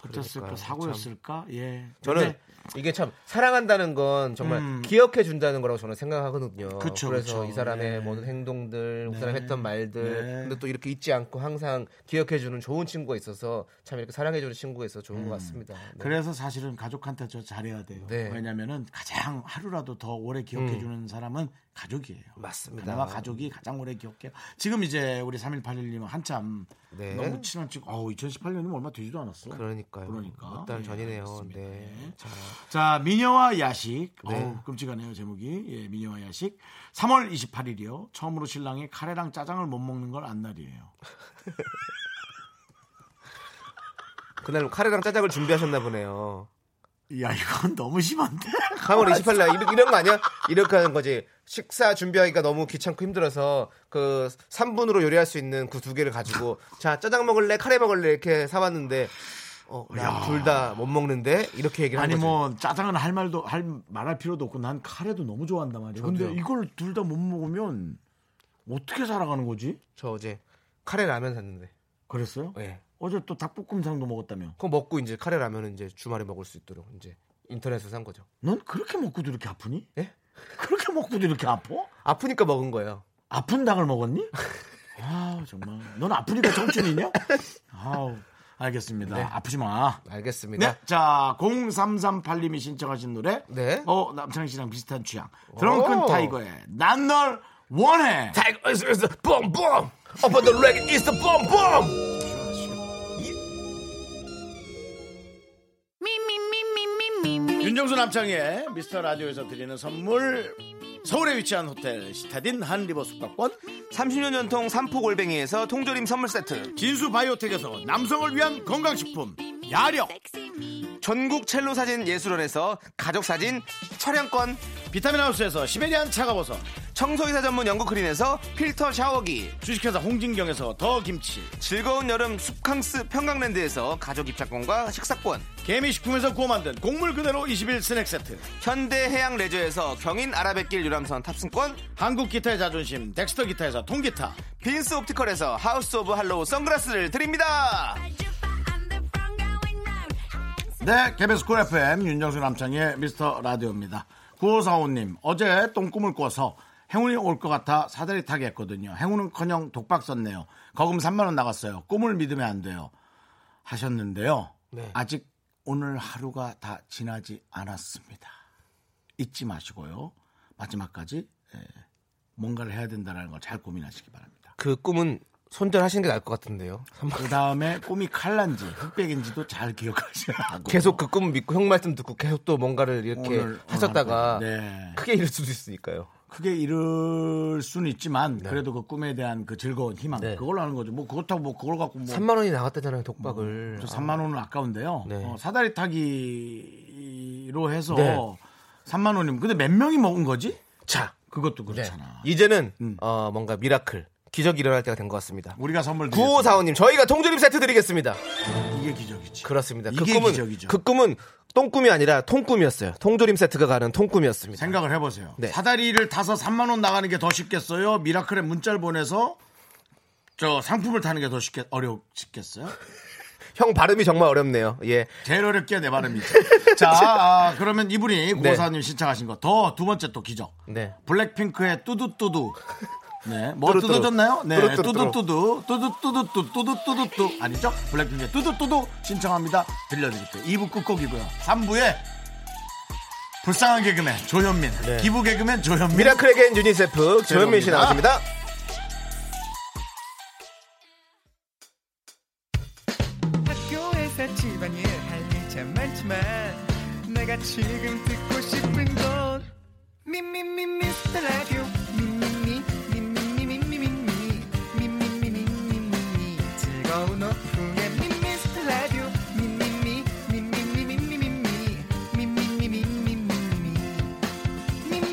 어땠을까 그러니까요, 사고였을까 예 저는 근데 이게 참 사랑한다는 건 정말 음. 기억해 준다는 거라고 저는 생각하거든요. 그쵸, 래서 그쵸. 이 사람의 네. 모든 행동들, 그 사람 이 했던 말들, 네. 근데 또 이렇게 잊지 않고 항상 기억해 주는 좋은 친구가 있어서 참 이렇게 사랑해 주는 친구가 있어서 좋은 것 같습니다. 네. 음. 그래서 사실은 가족한테 저 잘해야 돼요. 네. 음. 왜냐면은 가장 하루라도 더 오래 기억해 주는 사람은 가족이에요. 맞습니다. 그나마 가족이 가장 오래 기억해요. 지금 이제 우리 3181님은 한참 네. 너무 친한 친구. 어우 2018년이면 얼마 되지도 않았어. 그러니까요. 그러니까. 몇 달 예, 전이네요. 알겠습니다. 예. 네. 자, 자, 미녀와 야식. 네. 어우, 끔찍하네요, 제목이. 예, 미녀와 야식. 3월 28일이요. 처음으로 신랑이 카레랑 짜장을 못 먹는 걸 안 날이에요. 그날 카레랑 짜장을 준비하셨나 보네요. 야, 이건 너무 심한데? 3월 28일 날 이런, 이런 거 아니야? 이렇게 하는 거지. 식사 준비하기가 너무 귀찮고 힘들어서 그 3분으로 요리할 수 있는 그 두 개를 가지고 자 짜장 먹을래 카레 먹을래 이렇게 사봤는데 어, 어둘다 못 먹는데 이렇게 얘기를 하는 아니 거지. 뭐 짜장은 할 말도 할 말할 필요도 없고 난 카레도 너무 좋아한단 말이에요. 근데 저도요. 이걸 둘 다 못 먹으면 어떻게 살아가는 거지? 저 어제 카레 라면 샀는데. 그랬어요? 예. 어제 또 닭볶음탕도 먹었다며. 그거 먹고 이제 카레 라면은 이제 주말에 먹을 수 있도록 이제 인터넷에서 산 거죠. 넌 그렇게 먹고도 이렇게 아프니? 예? 그렇게 먹고도 이렇게 아파? 아프니까 먹은 거예요. 아픈 닭을 먹었니? 아 정말 넌 아프니까 청춘이냐? 아우 알겠습니다. 네. 아프지 마. 알겠습니다. 네, 자 0338님이 신청하신 노래. 그러니까. 네. 어 남창희 씨랑 비슷한 취향. 드렁큰 오. 타이거의 난 널 원해. 타이거 is is the boom boom. Up on the leg is the boom boom. 윤정수 남창의 미스터 라디오에서 드리는 선물 서울에 위치한 호텔 시타딘 한 리버 숙박권 30년 전통 삼포골뱅이에서 통조림 선물 세트. 진수 바이오텍에서 남성을 위한 건강식품 야력 전국 첼로 사진 예술원에서 가족 사진 촬영권. 비타민 하우스에서 시베리안 차가버섯 청소이사 전문 영국 크린에서 필터 샤워기. 주식회사 홍진경에서 더 김치 즐거운 여름 숲캉스 평강랜드에서 가족 입장권과 식사권. 개미식품에서 구워 만든 곡물 그대로 21 스낵 세트 현대해양 레저에서 경인 아라뱃길 유람선 탑승권. 한국 기타의 자존심 덱스터 기타에서 통기타 빈스 옵티컬에서 하우스 오브 할로우 선글라스를 드립니다. 네, KBS 쿨 FM 윤정수 남창의 미스터 라디오입니다. 9545님, 어제 똥꿈을 꿔서 행운이 올 것 같아 사다리 타기 했거든요. 행운은커녕 독박 썼네요. 거금 3만 원 나갔어요. 꿈을 믿으면 안 돼요. 하셨는데요. 네. 아직 오늘 하루가 다 지나지 않았습니다. 잊지 마시고요. 마지막까지 예, 뭔가를 해야 된다는 걸 잘 고민하시기 바랍니다. 그 꿈은 손절하시는 게 나을 것 같은데요. 한번 그 다음에 꿈이 칼란지 흑백인지도 잘 기억하셔야 하고 계속 그 꿈 믿고 형 말씀 듣고 계속 또 뭔가를 이렇게 오늘, 하셨다가 오늘 하루, 네. 크게 잃을 수도 있으니까요. 크게 이룰 수는 있지만 그래도 그 꿈에 대한 그 즐거운 희망 네. 그걸로 하는 거죠. 뭐 그렇다고 뭐 그걸 갖고 뭐 3만 원이 나갔다잖아요, 독박을. 저 3만 원은 아까운데요. 네. 어, 사다리 타기로 해서 네. 3만 원이면 근데 몇 명이 먹은 거지? 자, 그것도 네. 그렇잖아. 음. 이제는 어, 뭔가 미라클, 기적이 일어날 때가 된 것 같습니다. 우리가 뭐 선물 드리겠습니다. 9545님, 저희가 통조림 세트 드리겠습니다. 이게 기적이지. 그렇습니다. 그 이게 꿈은 기적이죠. 그 꿈은 똥꿈이 아니라 통꿈이었어요. 통조림 세트가 가는 통꿈이었습니다. 생각을 해보세요. 네. 사다리를 타서 3만 원 나가는 게 더 쉽겠어요? 미라클에 문자를 보내서 저 상품을 타는 게 더 쉽겠 어렵겠어요? 형 발음이 정말 어렵네요. 예. 제일 어렵게 내 발음이죠. 자, 아, 그러면 이분이 고사님 신청하신 거 더 두 번째 또 기적. 네. 블랙핑크의 뚜두뚜두. 네, 뭐 뚜루뚜루. 뜯어졌나요? 네, 뚜루뚜루. 뚜두뚜두, 뚜두뚜두뚜, 뚜두뚜두뚜 아니죠? 블랙핑크의 뚜두뚜두 신청합니다. 들려드릴게요. 2부 끝곡이고요. 3부에 불쌍한 개그맨 조현민, 기부 개그맨 조현민. 네. 미라클에겐 유니세프 조현민 씨 죄송합니다. 나왔습니다. 학교에서 집안일 할 일 참 많지만 내가 지금 듣고 싶은 건 미미미 미스터 라디오 미미미 미미미 미미미 미미미 미미미 즐거운 오후에 미스터 라디오 미미미 미미미 미미미 미미미 미미미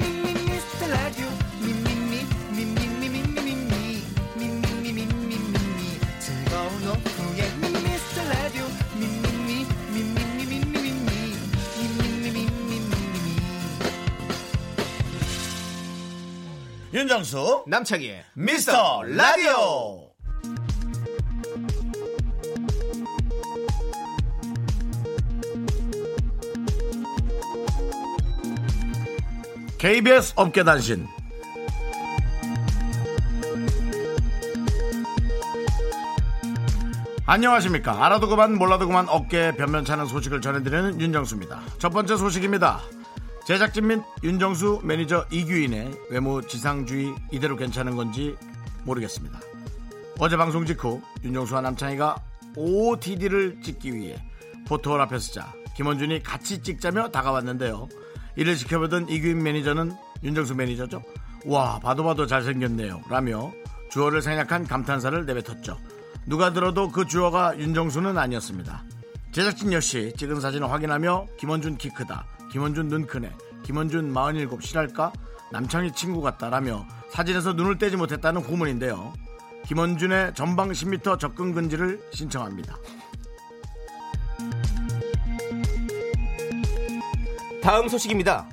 윤정수, 남창희의 미스터 라디오. KBS 업계단신 안녕하십니까 알아도 그만 몰라도 그만 어깨에 변변찮은 소식을 전해드리는 윤정수입니다 첫 번째 소식입니다 제작진 및 윤정수 매니저 이규인의 외모 지상주의 이대로 괜찮은 건지 모르겠습니다 어제 방송 직후 윤정수와 남창희가 OOTD를 찍기 위해 포토홀 앞에 서자 김원준이 같이 찍자며 다가왔는데요. 이를 지켜보던 이규인 매니저는 윤정수 매니저죠. 와 봐도 봐도 잘생겼네요. 라며 주어를 생략한 감탄사를 내뱉었죠. 누가 들어도 그 주어가 윤정수는 아니었습니다. 제작진 역시 찍은 사진을 확인하며 김원준 키 크다, 김원준 눈 크네, 김원준 47 실할까, 남창희 친구 같다라며 사진에서 눈을 떼지 못했다는 고문인데요. 김원준의 전방 10m 접근 금지를 신청합니다. 다음 소식입니다.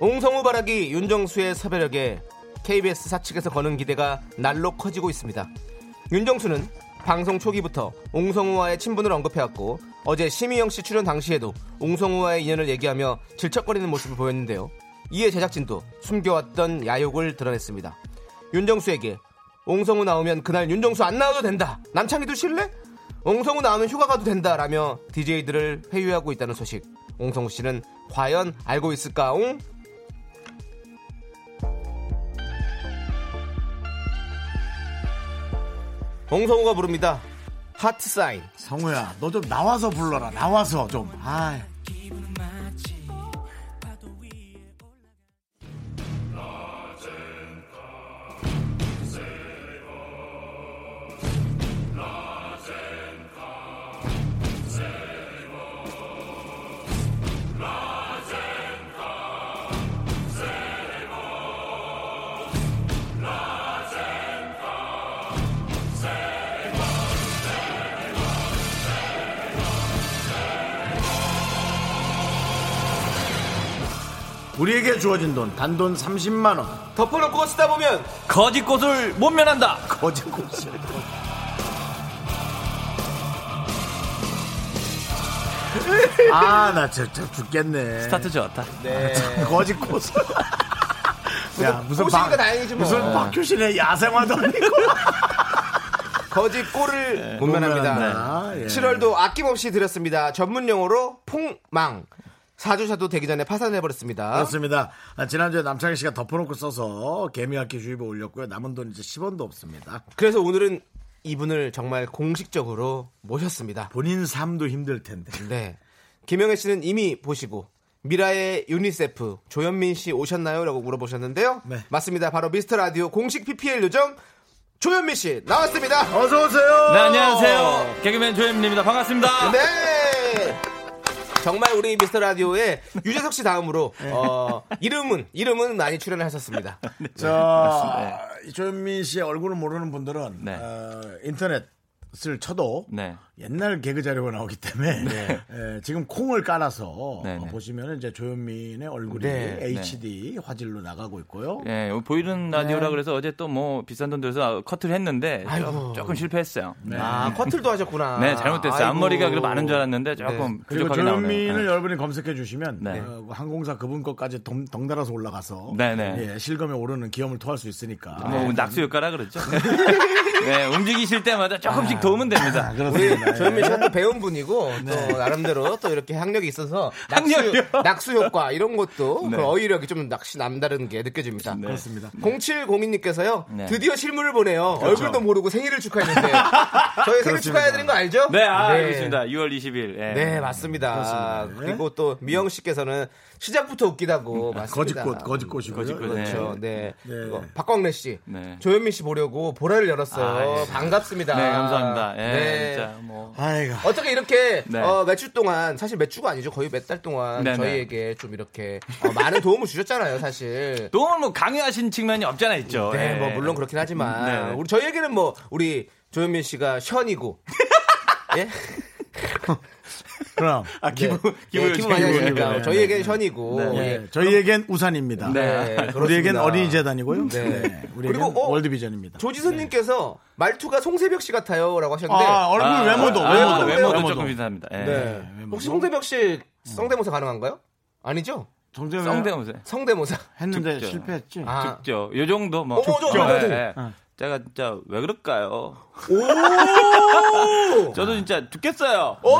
옹성우 바라기 윤정수의 섭외력에 KBS 사측에서 거는 기대가 날로 커지고 있습니다. 윤정수는 방송 초기부터 옹성우와의 친분을 언급해왔고 어제 심희영 씨 출연 당시에도 옹성우와의 인연을 얘기하며 질척거리는 모습을 보였는데요. 이에 제작진도 숨겨왔던 야욕을 드러냈습니다. 윤정수에게 옹성우 나오면 그날 윤정수 안 나와도 된다. 남창희도 실래? 옹성우 나오면 휴가 가도 된다라며 DJ들을 회유하고 있다는 소식. 옹성우 씨는 과연 알고 있을까옹? 옹성우가 부릅니다. 하트 사인. 성우야, 너 좀 나와서 불러라. 나와서 좀. 아, 우리에게 주어진 돈 단돈 30만 원. 덮어놓고 쓰다 보면 거짓꽃을 못 면한다. 거짓 고시. 아, 나 진짜 죽겠네. 스타트 좋았다. 네. 거짓 고수. 야, 무슨 꼬시니까 박- 다행이지 뭐. 그 무슨 박효신의 야생화도 아니고. 거짓 꼴을 못 면합니다. 못 면한다. 예. 7월도 아낌없이 드렸습니다. 전문 용어로 폭망. 사주샤도 되기 전에 파산해버렸습니다. 그렇습니다. 아, 지난주에 남창희 씨가 덮어놓고 써서 개미학기 주의보 올렸고요. 남은 돈 이제 10원도 없습니다. 그래서 오늘은 이분을 정말 공식적으로 모셨습니다. 본인 삶도 힘들 텐데. 네. 김영애 씨는 이미 보시고 미라의 유니세프 조현민 씨 오셨나요? 라고 물어보셨는데요. 네. 맞습니다. 바로 미스터 라디오 공식 PPL 요정 조현민 씨 나왔습니다. 어서 오세요. 네, 안녕하세요. 개그맨 조현민입니다. 반갑습니다. 네. 정말 우리 미스터 라디오에 유재석 씨 다음으로 어, 이름은 이름은 많이 출연을 하셨습니다. 네. 자, 조현민 씨의 얼굴을 모르는 분들은 네. 어, 인터넷을 쳐도 네. 옛날 개그 자료가 나오기 때문에 에, 지금 콩을 깔아서 네, 네. 보시면 이제 조현민의 얼굴이 네, HD 화질로 나가고 있고요. 예, 보이는 라디오라 그래서 어제 또 뭐 비싼 돈 들여서 커트를 했는데 좀, 조금 실패했어요. 네, 아 커틀도 하셨구나. 잘못됐어요. 아이고. 앞머리가 그래 많은 줄 알았는데 조금 그리고 부족하게 나오네요. 조현민을 네. 여러분이 검색해 주시면 네. 어, 항공사 그분 것까지 덩, 달아서 올라가서 네, 네. 예, 실검에 오르는 기염을 토할 수 있으니까 뭐 낙수 효과라 그랬죠. 네, 움직이실 때마다 조금씩 도움은 됩니다. 우리 아, 네. 그렇습니다. 조현민 씨가 또 배운 분이고 또 나름대로 또 이렇게 학력이 있어서 낙수, 학력이요? 네. 낙수 효과 이런 것도 그런 어휘력이 좀 낚시 남다른 게 느껴집니다. 그렇습니다. 0702님께서요 네. 그렇죠. 드디어 실물을 보네요. 얼굴도 모르고 생일을 축하했는데 저희 생일 축하해드린 거 알죠? 네, 아, 알겠습니다. 6월 20일. 예. 네, 맞습니다. 네. 그렇습니다. 그리고 또 미영 씨께서는 시작부터 웃기다고 맞습니다. 거짓꽃 거짓꽃이고요. 네, 거짓꽃, 네. 그렇죠. 네. 네. 어, 박광래 씨, 네. 조현민 씨 보려고 보라를 열었어요. 아, 예. 반갑습니다. 네, 감사합니다. 예, 네. 진짜 뭐. 아이고. 어떻게 이렇게 네. 어, 몇 주 동안 사실 몇 주가 아니죠 거의 몇 달 동안 네네. 저희에게 좀 이렇게 어, 많은 도움을 주셨잖아요 사실. 너무 뭐 강요하신 측면이 없잖아 있죠. 네, 예. 뭐 물론 그렇긴 하지만 네. 우리 저희에게는 뭐 우리 조현민 씨가 션이고. 예? 그럼 아, 기부, 예, 기부 요청. 기분 많이 하시니까 네, 저희에겐 션이고. 예. 예, 저희에겐 우산입니다. 네. 그렇습니다. 우리에겐 어린이 재단이고요. 네. 우리에겐 그리고, 어, 월드비전입니다. 조지선님께서 말투가 송세벽 씨 네. 같아요라고 하셨는데. 네. 아, 어, 얼굴 아, 외모도, 아, 외모도, 외모도, 외모도. 조금 비슷합니다. 예. 네. 뭐 혹시 송세벽 음. 씨 성대모사 가능한가요? 아니죠? 정재현 성대모사. 성대모사. 했는데 죽죠. 실패했지. 아, 죽죠. 요 정도 뭐. 어, 저, 저, 저, 저. 예, 예. 제가 진짜 왜 그럴까요? 오! 저도 진짜 죽겠어요. 오!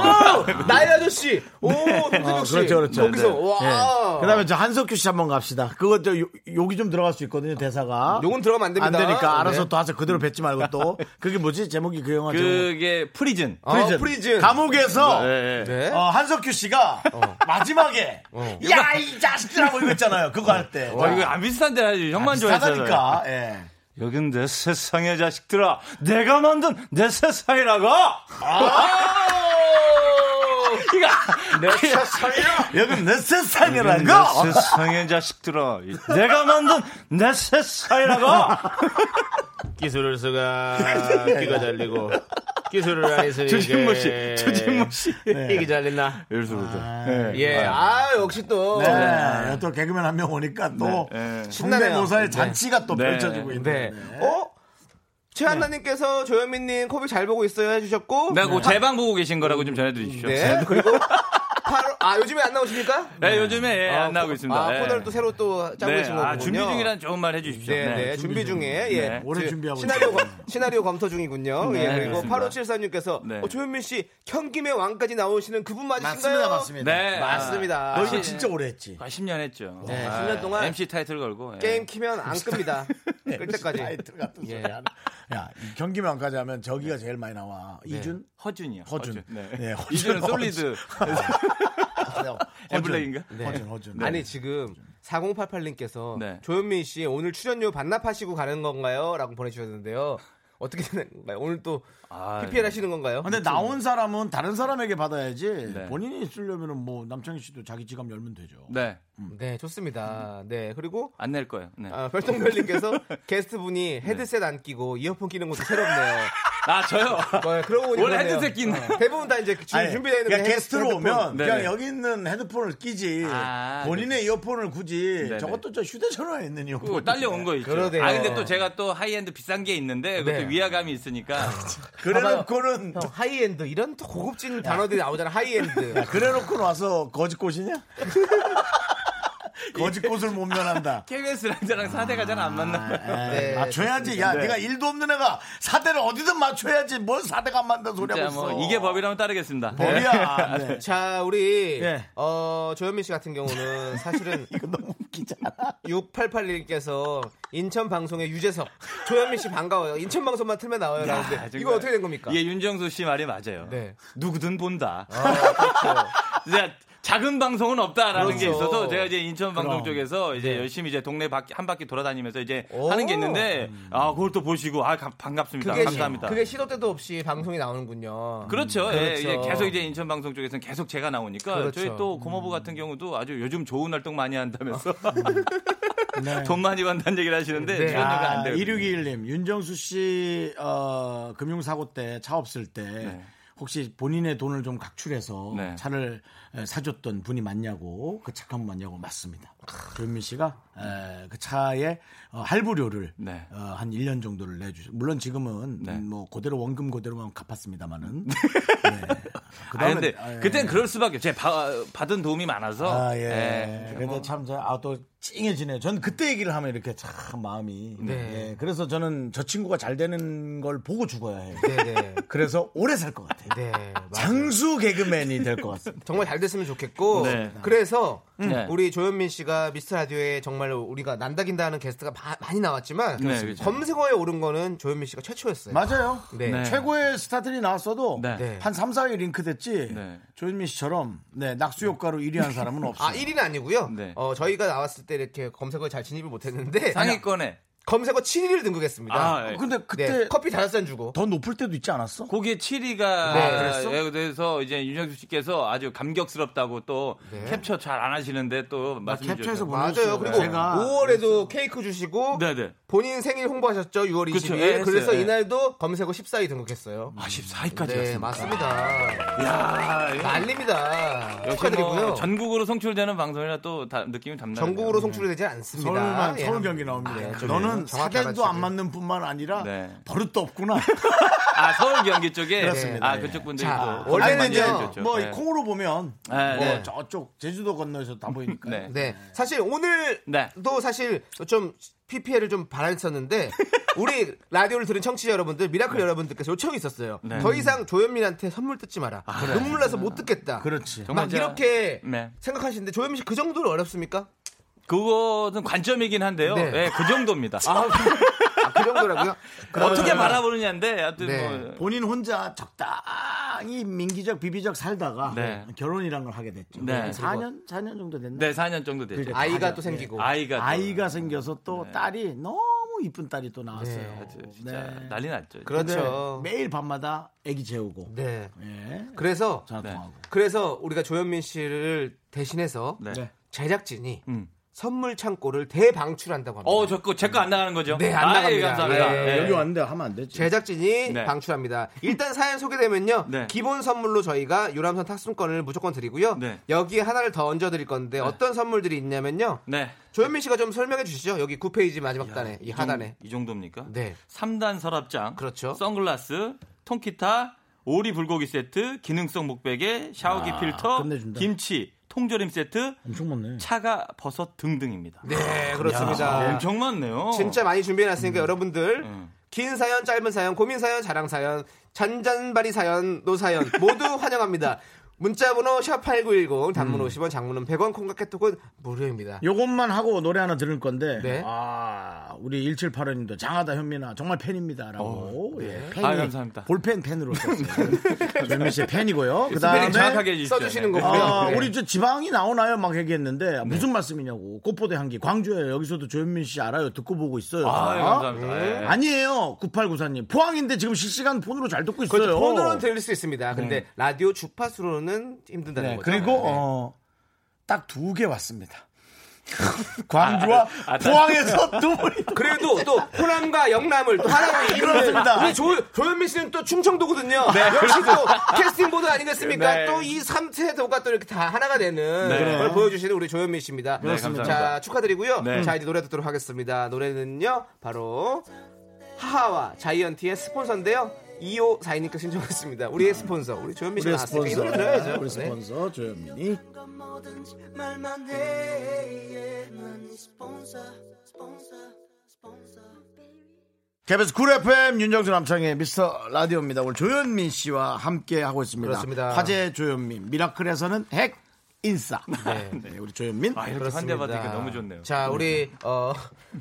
나의 아저씨! 오! 송세벽 씨! 그렇죠, 그렇죠. 거기서, 네, 와! 예. 그다음에 저 한석규 씨 한번 갑시다. 그거 저 욕- 욕이 좀 들어갈 수 있거든요 대사가. 요건 들어가면 안 됩니다. 니까 알아서 네. 또 하세요. 그대로 뱉지 말고 또 그게 뭐지 제목이 그 영화 제목. 그게 프리즌. 어, 프리즌. 프리즌. 감옥에서 예, 예. 네. 어, 한석규 씨가 어. 마지막에 야 이 자식들하고 이거 있잖아요. 그거 할 때. 어, 이거 안 비슷한데 아주 형만 좋아했어요. 비슷하다니까. 예. 여긴 내 세상의 자식들아. 내가 만든 내 세상이라고. 이거 내 세상이야! 여긴 내 세상이라고. 내 세상의 자식들아. 내가 만든 내 세상이라고. 기술을 쓰가 귀가 잘리고 기술을 안 했으니 조진모 예. 씨, 조진모 씨. 네. 이게 잘렸나? 이래서 그러죠. 예, 아 역시 또 네. 또 개그맨 한 명 오니까 또 네. 성대모사의 신나네요. 잔치가 또 네. 펼쳐지고 네. 있는데. 어? 최한나님께서 조현민님 코비 잘 보고 있어요 해주셨고. 네, 그 제방 보고 계신 거라고 좀 전해드리십시오. 네. 그리고 8월, 아, 요즘에 안 나오십니까? 네, 요즘에 예, 아, 안 나오고 있습니다. 아, 예. 코너를 또 새로 또 짜고 네, 계신 거군요. 아, 준비 중이란 좋은 말 해주십시오. 네, 네, 준비 중에 예. 네. 오래 지금 준비하고 시나리오 있어요. 검- 시나리오 검토 중이군요. 네, 예, 그리고 그렇습니다. 8574님께서 어, 네. 조현민 씨 현김의 왕까지 나오시는 그분 맞으신가요? 맞습니다, 맞습니다. 아, 네. 아, 맞습니다. 너 이거 진짜 오래 했지. 10년 했죠. 네, 아, 10년 동안 MC 타이틀 걸고. 예. 게임 키면 안 끕니다. 네. 끌 아이, 때까지. 들어갔던 소리 예. 하네. 야, 이 경기만까지 하면 저기가 제일 많이 나와. 이준? 네. 허준이요. 허준. 네. 네, 허준. 아, 네. 이준은 솔리드. 엠블랙인가? 허준, 허준, 허준. 아니 지금 4088님께서 네. 조현민 씨 오늘 출연료 반납하시고 가는 건가요? 라고 보내주셨는데요. 어떻게 되는 건가요? 오늘 또 아, 네. PPL 하시는 건가요? 근데 나온 사람은 다른 사람에게 받아야지 네. 본인이 쓰려면 뭐 남창희 씨도 자기 지갑 열면 되죠. 네. 네, 좋습니다. 네, 그리고 안 낼 거예요. 네. 네. 아, 별똥별님께서 게스트분이 헤드셋 안 끼고 이어폰 끼는 것도 새롭네요. 아 저요. 뭐, 그러고 보니 원래 그러네요. 헤드셋 끼 있나요? 어, 대부분 다 이제 주- 아니, 준비되어 있는 그러니까 헤드- 게스트로 헤드폰. 오면 그냥 네네. 여기 있는 헤드폰을 끼지 아, 본인의 이어폰을 굳이 네네. 저것도 저 휴대전화에 있는 이어폰 그거 딸려온 거 있죠. 그러네요. 아 근데 또 제가 또 하이엔드 비싼 게 있는데 그것도 네. 아, 위화감이 있으니까 그래놓고는 형, 하이엔드 이런 또 고급진 단어들이 나오잖아. 네. 하이엔드. 그래놓고 와서 거짓꽃이냐? 거짓꽃을 못 면한다 KBS랑 저랑 사대가 잘 안 맞나 에, 봐요. 네, 맞춰야지 야 네가 일도 없는 애가 사대를 어디든 맞춰야지 뭘 사대가 안 맞는 아, 소리 진짜 하고 있어 뭐 이게 법이라면 따르겠습니다. 아, 법이야 네. 자, 우리 네. 예. 어, 조현민 씨 같은 경우는 사실은 이거 너무 웃기잖아 6881님께서 인천 방송의 유재석 조현민 씨 반가워요. 인천 방송만 틀면 나와요. 라는데 아, 정말. 이거 어떻게 된 겁니까? 이게 윤정수 씨 말이 맞아요. 네. 누구든 본다. 아, 그렇죠. 이제 작은 방송은 없다라는 그렇죠. 게 있어서 제가 이제 인천 방송 그럼. 쪽에서 이제 네. 열심히 이제 동네 바퀴 한 바퀴 돌아다니면서 이제 오. 음. 하는 게 있는데 아 그걸 또 보시고 아 감- 반갑습니다. 그게, 감사합니다. 그게 시도 때도 없이 방송이 나오는군요. 그렇죠. 예, 그렇죠. 이제 계속 이제 인천 방송 쪽에서는 계속 제가 나오니까 그렇죠. 저희 또 고모부 같은 경우도 아주 요즘 좋은 활동 많이 한다면서 돈 많이 번다는 얘기를 하시는데 네. 출연료가 아, 안 돼요. 1621님, 윤정수 씨, 어, 금융사고 때 차 없을 때 혹시 본인의 돈을 좀 각출해서 네. 차를 에, 사줬던 분이 맞냐고 그 착한 분 맞냐고 맞습니다. 조현민 씨가 에, 그 차의 어, 할부료를 네. 어, 한 1년 정도를 내주죠. 물론 지금은 네. 음, 뭐 그대로 원금 그대로만 네. 갚았습니다만은. 아 근데 예. 그땐 그럴 수밖에. 없어요. 제가 바- 받은 도움이 많아서. 아, 예. 예. 근데 참, 저, 아, 또, 찡해지네요. 저는 그때 얘기를 하면 이렇게 참 마음이. 네. 예, 그래서 저는 저 친구가 잘 되는 걸 보고 죽어야 해요. 네네. 그래서 오래 살 것 같아요. 네. 맞아요. 장수 개그맨이 될 것 같습니다. 정말 잘 됐으면 좋겠고 네. 그래서 네. 우리 조현민 씨가 미스터 라디오에 정말 우리가 난다긴다 하는 게스트가 마- 많이 나왔지만 네, 그렇죠. 검색어에 오른 거는 조현민 씨가 최초였어요. 맞아요. 네. 네. 최고의 스타들이 나왔어도 네. 네. 한 3, 4일 링크 됐지 네. 조현민 씨처럼 네, 낙수 효과로 1위 한 사람은 없어요. 아 1위는 아니고요. 네. 어, 저희가 나왔을 때 이렇게 검색어에 잘 진입을 못했는데 상위권에 검색어 7위를 등극했습니다. 그 아, 예. 근데 네, 그때 커피 다섯 잔 주고 더 높을 때도 있지 않았어? 거기에 7위가 예, 네. 그랬어? 그래서 이제 윤정수 씨께서 아주 감격스럽다고 또 캡처 잘 안 하시는데 또 말씀해 캡처해서 뭐 주셨죠. 보내주세요. 맞아요. 그리고 제가 5월에도 케이크 주시고 네네. 본인 생일 홍보하셨죠 6월 그쵸, 22일. 예, 그래서 했어요. 이날도 검색어 14위 등극했어요. 아 14위까지 네 갔습니다. 맞습니다. 야, 이거 난립니다. 역시 축하드리고요. 뭐 전국으로 송출되는 방송이라 또 다, 느낌이 담나요. 전국으로 송출이 되지 않습니다. 서울만 예. 서울 경기 나옵니다. 아, 예, 좀 너는 정확히 사대도 안 알아주시고요. 맞는 뿐만 아니라 네. 버릇도 없구나. 아 서울 경기 쪽에 그렇습니다. 아 예. 그쪽 분들이 네. 자, 또 원래는요, 많이 해주셨죠. 뭐이 네. 콩으로 보면 아, 뭐 네. 저쪽 제주도 건너에서 다 보이니까. 네. 네. 사실 오늘도 네. 사실 좀 PPL을 좀 바랬었는데 우리 라디오를 들은 청취자 여러분들, 미라클 여러분들께서 요청이 있었어요. 네. 아, 더 이상 조현민한테 선물 뜯지 마라. 눈물 나서 못 듣겠다. 그렇지. 막 정말 제가- 이렇게 네. 생각하시는데 조현민 씨 그 정도로 어렵습니까? 그것은 관점이긴 한데요. 네. 네. 그 정도입니다. 뭐 아, 그 정도라고요? 어떻게 바라보느냐인데 하여튼 네. 뭐 본인 혼자 적당히 민기적 비비적 살다가 네. 결혼이란 걸 하게 됐죠. 네. 4년 4년 정도 됐나? 네, 4년 정도 되죠. 네. 그러니까 아이가 아이가- 또 생기고. 아이가 또- 네. 아이가 생겨서 또 딸이 너무 이쁜 딸이 또 네. 나왔어요. 네. 아주 진짜 난리 났죠. 근데 그렇죠. 네. 매일 밤마다 아기 재우고 네. 예. 그래서 전화 통화하고. 그래서 우리가 조현민 씨를 대신해서 네. 네. 제작진이 음. 선물 창고를 대방출한다고 합니다. 어, 저거 제거 안 나가는 거죠? 네, 안 아, 나갑니다. 예, 감사합니다. 예, 네. 여기 왔는데 하면 안 되지. 제작진이 네. 방출합니다. 일단 사연 소개되면요. 네. 기본 선물로 저희가 유람선 탑승권을 무조건 드리고요. 네. 여기에 하나를 더 얹어 드릴 건데 어떤 선물들이 있냐면요. 네. 조현민 씨가 좀 설명해 주시죠. 여기 9페이지 마지막 단에 이 정- 하단에. 이 정도입니까? 네. 3단 서랍장. 그렇죠. 선글라스, 통기타, 오리 불고기 세트, 기능성 목베개, 샤워기 아, 필터, 끝내준다. 김치, 통조림 세트, 엄청 많네. 차가 버섯 등등입니다. 네, 그렇습니다. 엄청 많네요. 진짜 많이 준비해놨으니까 여러분들 음. 긴 사연, 짧은 사연, 고민 사연, 자랑 사연, 잔잔바리 사연, 노사연 모두 환영합니다. 문자번호 샵8910 음. 단문 50원, 장문은 100원, 콩깍개톡은 무료입니다. 요것만 하고 노래 하나 들을 건데 네. 아 우리 1785님도 장하다 현민아 정말 팬입니다라고 예, 팬이 아, 감사합니다. 볼펜 펜으로 현민 씨의 팬이고요 그다음에 스펠링 정확하게 해주시죠. 써주시는 네. 거고요. 아, 네. 우리 저 지방이 나오나요? 막 얘기했는데 무슨 말씀이냐고 꽃보대 향기 광주예요 여기서도 조현민 씨 알아요 듣고 보고 있어요 아, 예, 감사합니다. 예. 니에요 9894님 포항인데 지금 실시간 폰으로 잘 듣고 있어요 그렇죠. 폰으로는 들을 수 있습니다. 근데 라디오 주파수로는 힘든다는 네, 거죠. 그리고 네. 어, 딱 두 개 왔습니다 광주와 아, 아, 포항에서 두 분이 그래도 또 호남과 영남을 또 하나로 그렇습니다. 네, 이루는 우리 조, 조현민 씨는 또 충청도거든요. 역시 또 캐스팅 보드 아니겠습니까? 네. 또 이 삼세도가또 이렇게 다 하나가 되는 네. 걸 보여주시는 우리 조현민 씨입니다. 그렇습니다. 자, 축하드리고요. 네. 자, 이제 노래 듣도록 하겠습니다. 노래는요, 바로 하하와 자이언티의 스폰서인데요. 2542님께 신청했습니다. 우리의 스폰서, 우리 조현민 씨가 우리 나왔으니까 이 스폰서 노래 들어야죠. 우리 네. 스폰서 조현민이 KBS 쿨 FM 윤정수 남창의 미스터 라디오입니다. 오늘 조현민 씨와 함께 하고 있습니다. 그렇습니다. 화제 조현민 미라클에서는 핵 인싸. 네. 우리 조현민. 아, 이렇게 그렇습니다. 환대받으니까 너무 좋네요. 자, 우리 어,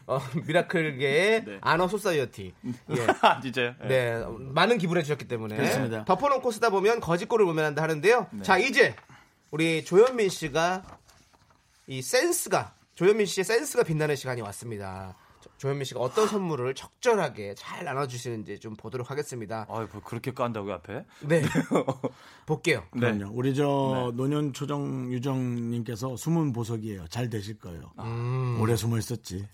어, 미라클계의 네. 아너 소사이어티. 예. 진짜요? 예. 네, 어, 많은 기분을 주셨기 때문에 그렇습니다. 덮어놓고 쓰다 보면 거짓골을 보면한다 하는데요. 네. 자, 이제 우리 조현민 씨가 이 센스가 조현민 씨의 센스가 빛나는 시간이 왔습니다. 조- 조현민 씨가 어떤 선물을 적절하게 잘 나눠주시는지 좀 보도록 하겠습니다. 아유, 뭐 그렇게 깐다고요, 앞에? 네, 볼게요. 네. 그럼요. 우리 저 노년 초정 유정님께서 숨은 보석이에요. 잘 되실 거예요. 오래 숨어 있었지.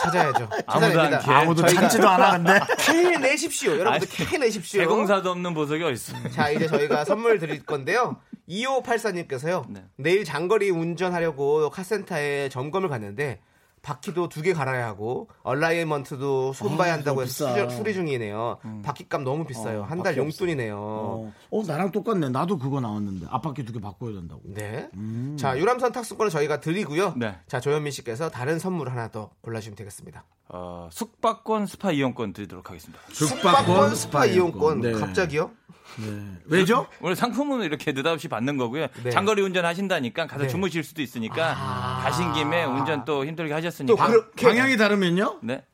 찾아야죠. 아무도 안 찾아냅니다. 캐. 아무도 네, 저희가- 찾지도 않아 근데. 캐내십시오. 여러분들 아니, 캐내십시오. 대공사도 없는 보석이 어딨어. 자, 이제 저희가 선물 드릴 건데요. 2584님께서요. 네. 내일 장거리 운전하려고 카센터에 점검을 갔는데 바퀴도 두 개 갈아야 하고 얼라이먼트도 손봐야 아, 한다고 너무 해서 비싸. 수리, 수리 중이네요. 음. 바퀴값 너무 비싸요. 어, 한 달 바퀴 없어. 용돈이네요. 어, 어, 나랑 똑같네. 나도 그거 나왔는데 앞바퀴 두 개 바꿔야 된다고. 네. 음. 자, 유람선 탁수권을 저희가 드리고요. 네. 자, 조현민 씨께서 다른 선물 하나 더 골라주시면 되겠습니다. 어, 숙박권 스파 이용권 드리도록 하겠습니다. 숙박권, 스파 이용권. 네. 갑자기요? 그, 왜죠? 오늘 상품은 이렇게 느닷없이 받는 거고요. 네. 장거리 운전 하신다니까 가서 네. 아. 주무실 수도 있으니까 가신 김에 운전 또 힘들게 하셨으니까. 또 그렇게. 방향이 다르면요? 네.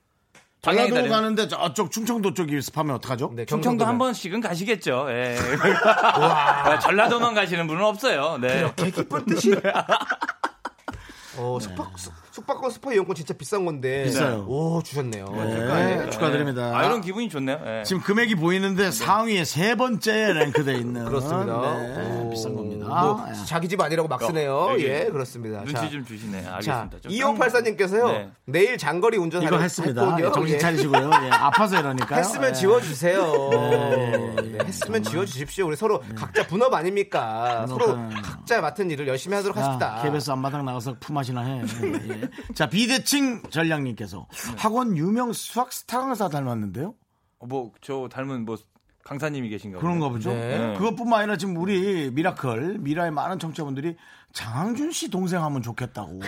방향이 전라도 다른 가는데 저쪽 충청도 쪽이 습하면 어떡하죠? 네, 충청도 경상도면. 한 번씩은 가시겠죠. 예. 아, 전라도만 가시는 분은 없어요. 네. 기쁜 뜻이. 어, 숙박, 숙- 숙박권 스파 이용권 진짜 비싼 건데. 네. 비싸요. 오, 주셨네요. 네, 아니에요? 축하드립니다. 아, 이런 기분이 좋네요. 예. 지금 금액이 보이는데 상위에 세 번째 랭크돼 있는 그렇습니다. 네, 오, 비싼 겁니다. 뭐, 예. 자기 집 아니라고 막 쓰네요. 어, 예, 예. 그렇습니다. 눈치 좀 주시네. 자, 알겠습니다. 좀 이용팔사님께서요 네. 내일 장거리 운전하러 이거 했습니다. 했거든요. 예, 정신 예. 차리시고요. 예, 아파서 이러니까요. 했으면 예. 음. 지워주세요. 네, 했으면 지워주십시오. 우리 서로 네. 각자 분업 아닙니까? 서로 그러니까요. 각자 맡은 일을 열심히 하도록 야, 합시다. KBS 앞마당 나가서 품앗이나 해. 네. 예, 예. 자, 비대칭 전략님께서 학원 유명 수학 스타 강사 닮았는데요? 뭐저 닮은 뭐 강사님이 계신가 그런가 보네요. 보죠. 예. 네. 그것뿐만 아니라 지금 우리 미라클, 미라의 많은 청취자분들이 장항준 씨 동생 하면 좋겠다고.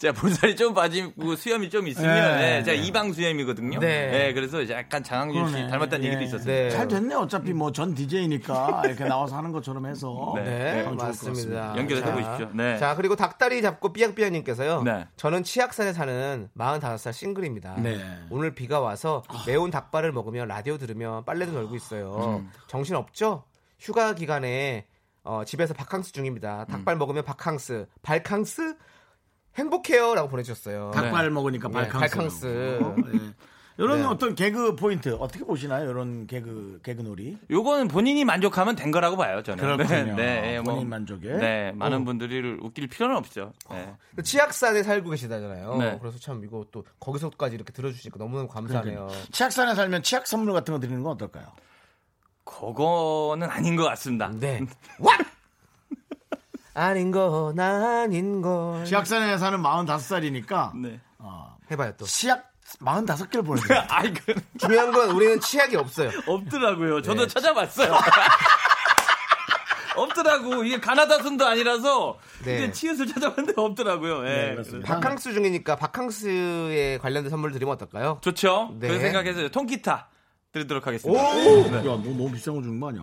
제가 볼살이 좀 빠지고 수염이 좀 있으면 네. 예, 제가 이방 수염이거든요. 네. 네. 그래서 이제 약간 장항준 씨 그러네. 닮았다는 예. 얘기도 있었어요. 네. 잘 됐네. 어차피 뭐 전 DJ니까 이렇게 나와서 하는 것처럼 해서. 네. 네, 좋을 것 맞습니다. 같습니다. 연결해서 자, 보십시오. 네. 자, 그리고 닭다리 잡고 삐약삐약님께서요. 네. 저는 치악산에 사는 45살 싱글입니다. 네. 오늘 비가 와서 매운 닭발을 먹으며 라디오 들으며 빨래도 널고 있어요. 정신 없죠? 휴가 기간에 어, 집에서 바캉스 중입니다. 닭발 먹으면 바캉스, 발캉스 행복해요라고 보내주셨어요. 닭발 먹으니까 네, 발캉스. 발캉스. 이런 네. 어떤 개그 포인트 어떻게 보시나요? 이런 개그 개그놀이. 요거는 본인이 만족하면 된 거라고 봐요, 저는. 그렇군요. 예, 본인 만족에. 어. 네, 많은 분들을 웃길 필요는 없죠. 네. 치악산에 살고 계시다잖아요. 네. 그래서 참 이거 또 거기서까지 이렇게 들어주시니까 너무너무 감사하네요. 그러니까 치악산에 살면 치약 선물 같은 거 드리는 건 어떨까요? 그거는 아닌 것 같습니다. 네. 왓! 아닌 건 아닌 걸. 치악산에 사는 45살이니까 네. 해봐요 또. 치약 45개를 보내드려요. 아이 그 중요한 건 우리는 치약이 없어요. 없더라고요. 네. 저도 찾아봤어요. 없더라고. 이게 가나다 순도 아니라서 네. 이게 치읓을 찾아봤는데 없더라고요. 예. 바캉스 중이니까 바캉스에 관련된 선물 드리면 어떨까요? 좋죠. 네. 그 생각해서 통기타 드리도록 오! 네. 하겠습니다. 야, 너 너무 비싼 거 주는 거 아니야?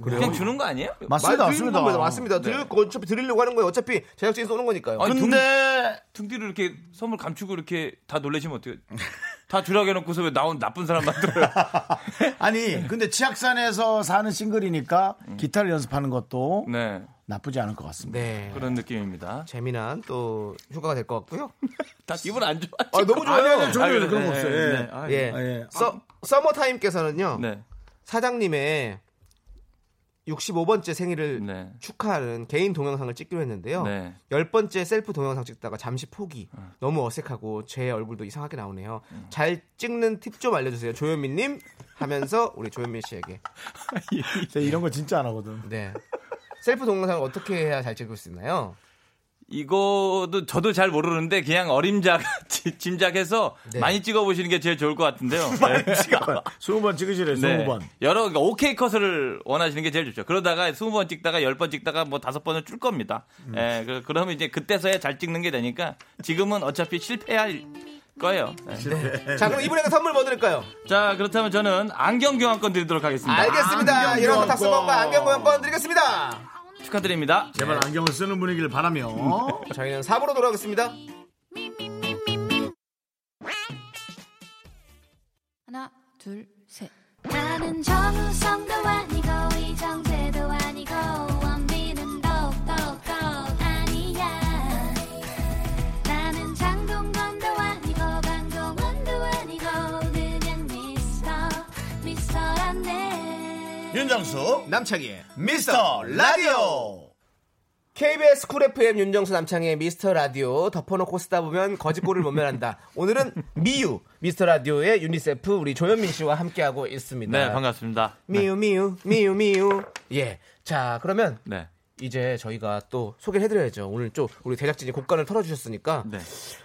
그냥 주는 거 아니에요? 맞습니다, 말 드리는 맞습니다. 겁니다. 맞습니다. 드릴 네. 거 어차피 드리려고 하는 거예요. 어차피 제작진이 쏘는 거니까요. 아니, 근데 등뒤로 이렇게 선물 감추고 이렇게 다 놀래시면 어떻게? 다 주라고 해놓고서 왜 나온 나쁜 사람 만들어요? 아니 근데 치악산에서 사는 싱글이니까 기타를 연습하는 것도 네. 나쁘지 않을 것 같습니다. 네. 그런 느낌입니다. 재미난 또 휴가가 될 것 같고요. 다 기분 안 좋아. 아, 너무 좋아요. 아니, 저는 그래, 그런 거 네, 없어요. 네, 예. 네. 아, 예. 아, 예. 서, 서머타임께서는요. 네. 사장님의 65번째 생일을 네. 축하하는 개인 동영상을 찍기로 했는데요. 네. 열 번째 셀프 동영상 찍다가 잠시 포기. 너무 어색하고 제 얼굴도 이상하게 나오네요. 잘 찍는 팁 좀 알려주세요, 조현민님 하면서 우리 조현민 씨에게 제가 이런 거 진짜 안 하거든. 네 셀프 동영상을 어떻게 해야 잘 찍을 수 있나요? 이거도 저도 잘 모르는데 그냥 어림작 짐작해서 네. 많이 찍어 보시는 게 제일 좋을 것 같은데요. 네. 20번 찍으시래, 20번. 여러 그러니까 오케이 컷을 원하시는 게 제일 좋죠. 그러다가 20번 찍다가 10번 찍다가 뭐 5번은 줄 겁니다. 예, 그, 그러면 이제 그때서야 잘 찍는 게 되니까 지금은 어차피 실패할 거예요. 예. 네, 자 그럼 이분에게 선물 뭐 드릴까요? 자, 그렇다면 저는 안경 교환권 드리도록 하겠습니다. 아. 알겠습니다. 안경 이런 교환권. 탑승권과 안경 교환권 드리겠습니다. 축하드립니다. 제발 안경을 쓰는 분위기를 바라며. 뭐 저희는 4부로 돌아오겠습니다. 하나, 둘, 셋. 나는 정우성도 아니고 이정재도 아니고 원빈은 더욱더 아니야 나는 장동건도 아니고 강동원도 아니고 그냥 미스터 미스터란데 윤정수, 남창희의 미스터 라디오. KBS 쿨 FM 윤정수 남창의 미스터 라디오 덮어놓고 쓰다 보면 거짓골을 못 면한다. 오늘은 미유 미스터 라디오의 유니세프 우리 조현민 씨와 함께하고 있습니다. 네, 반갑습니다. 미유 미유 미유 미유. 예. 자 그러면 네. 이제 저희가 또 소개를 해드려야죠. 오늘 좀 우리 제작진이 곡간을 털어주셨으니까 네.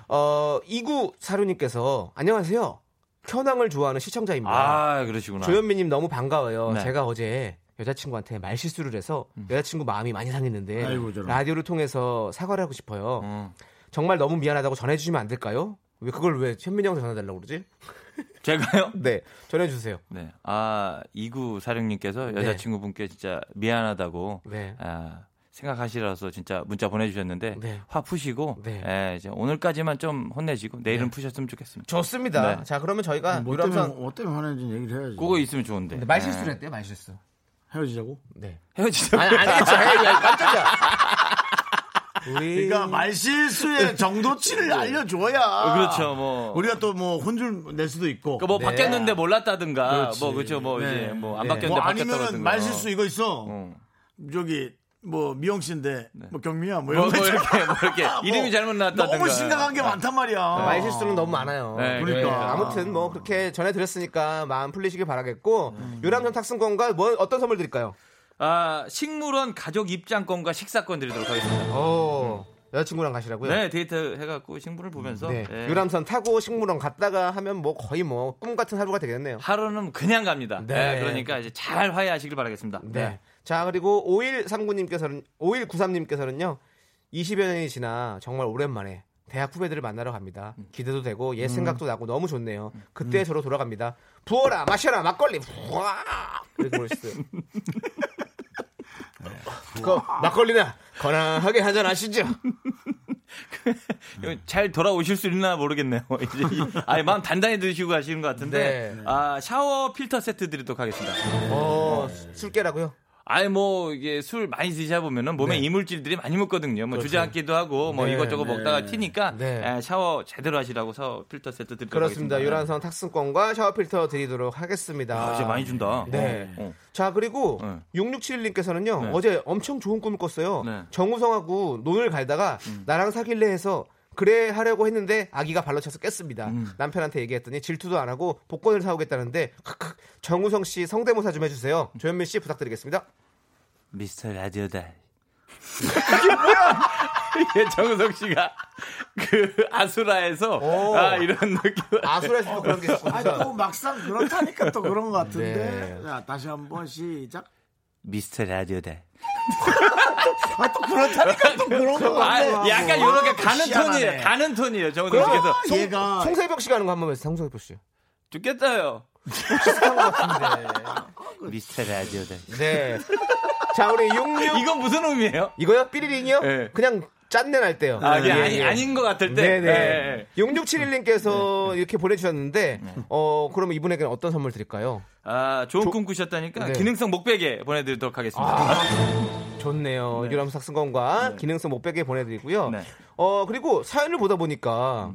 어 이구 사료님께서 안녕하세요. 현황을 좋아하는 시청자입니다. 아, 그러시구나. 조현민님 너무 반가워요. 네. 제가 어제 여자친구한테 말 실수를 해서 여자친구 마음이 많이 상했는데 아이고, 저런. 라디오를 통해서 사과를 하고 싶어요. 음. 정말 너무 미안하다고 전해주시면 안 될까요? 왜 그걸 왜 현민이 형한테 전해달라고 그러지? 제가요? 네, 전해주세요. 네. 아, 이구 사령님께서 여자친구분께 진짜 미안하다고 네. 아, 생각하시라서 진짜 문자 보내주셨는데 네. 화 푸시고 네. 예, 이제 오늘까지만 좀 혼내시고 내일은 푸셨으면 좋겠습니다. 좋습니다. 네. 자, 그러면 저희가 뭐 유람선 때문에, 뭐 때문에 화내는지 얘기를 해야지. 그거 있으면 좋은데. 근데 말 실수를 했대요, 말 실수. 헤어지자고? 네. 헤어지자. 아니, 아니겠죠. 헤이, 헤이, 깜짝이야. 우리 그러니까 말실수의 정도치를 알려줘야. 예. 그렇죠, 뭐. 그러니까 우리가 또 뭐 혼줄 낼 수도 있고. 그뭐 네. 바뀌었는데 몰랐다든가 그렇지. 뭐 그렇죠 뭐 네. 이제 뭐 안 네. 바뀌었는데 뭐 바뀌었다든가. 아니면은 말실수 이거 있어. 어. 저기 뭐 미영 씨인데 뭐 경미야 뭐 뭐, 이런 거 뭐 있잖아. 이렇게 뭐 이렇게 뭐 이름이 잘못 나왔다든가. 아. 너무 심각한 게 많단 말이야. 말 실수는 너무 많아요. 네, 그러니까. 그래요. 아무튼 뭐 그렇게 전해드렸으니까 마음 풀리시길 바라겠고 유람선 탁승권과 뭐 어떤 선물 드릴까요? 아 식물원 가족 입장권과 식사권 드리도록 하겠습니다. 어 여자친구랑 가시라고요? 네 데이트 해갖고 식물을 보면서 네. 예. 유람선 타고 식물원 갔다가 하면 뭐 거의 뭐 꿈 같은 하루가 되겠네요. 하루는 그냥 갑니다. 네. 예, 그러니까 이제 잘 화해하시길 바라겠습니다. 네. 자 그리고 5139님께서는 5193님께서는요 20여 년이 지나 정말 오랜만에 대학 후배들을 만나러 갑니다. 음. 기대도 되고 옛 생각도 나고 너무 좋네요. 그때 저로 돌아갑니다. 부어라 마셔라 막걸리 부와 이렇게 보셨어요. 그 막걸리나 건강하게 한잔 하시죠. 이거 잘 돌아오실 수 있나 모르겠네요. 이제 이- 아예 마음 단단히 드시고 가시는 것 같은데 네. 아 샤워 필터 세트 드리도록 하겠습니다. 어, 네. 술깨라고요. 아예 뭐 이게 술 많이 드시다 보면은 몸에 이물질들이 많이 묻거든요. 뭐 주저앉기도 하고 뭐 그렇죠. 네, 이것저것 먹다가 튀니까 네. 예, 샤워 제대로 하시라고 샤워 필터 세트 드리도록 그렇습니다. 하겠습니다. 네. 유란선 탁승권과 샤워 필터 드리도록 하겠습니다. 아, 이제 많이 준다. 네. 어, 어. 자 그리고 네. 6671님께서는요 네. 어제 엄청 좋은 꿈을 꿨어요. 네. 정우성하고 논을 갈다가 나랑 사귈래 해서 그래 하려고 했는데 아기가 발로 차서 깼습니다. 남편한테 얘기했더니 질투도 안 하고 복권을 사오겠다는데 크크 정우성 씨 성대모사 좀 해주세요. 조현민 씨 부탁드리겠습니다. 미스터 라디오다. 그게 뭐야? 예, 정우성 씨가 그 아수라에서 오. 아 이런 느낌. 아수라에서도 그런 게 아니 뭐, 또 있었구나. 막상 그렇다니까 또 그런 것 같은데. 네. 자 다시 한번 시작. 미스터 라디오다. 아 또 그렇다니까 또 그런 것 아, 같아. 뭐, 약간 요렇게 가는 희한하네. 톤이에요. 가는 톤이에요. 정우성 씨께서 얘가 송세벽 씨가 하는 거 한번 해주세요. 송세벽 씨. 죽겠다요. 비슷한 것 같은데. 미스터 라디오다. 네. 자 우리 66 이건 무슨 의미예요? 이거요? 삐리링이요? 네. 그냥 짠내 날 때요. 아, 이게 예, 아니, 예. 아닌 것 같을 때. 네네. 예, 네. 예. 6671님께서 이렇게 보내주셨는데, 어, 그러면 이분에게는 어떤 선물 드릴까요? 아, 좋은 꿈 꾸셨다니까 네. 기능성 목베개 보내드리도록 하겠습니다. 좋네요. 유람석 승건과 기능성 못백에 보내드리고요. 네. 음. 어, 그리고 사연을 보다 보니까,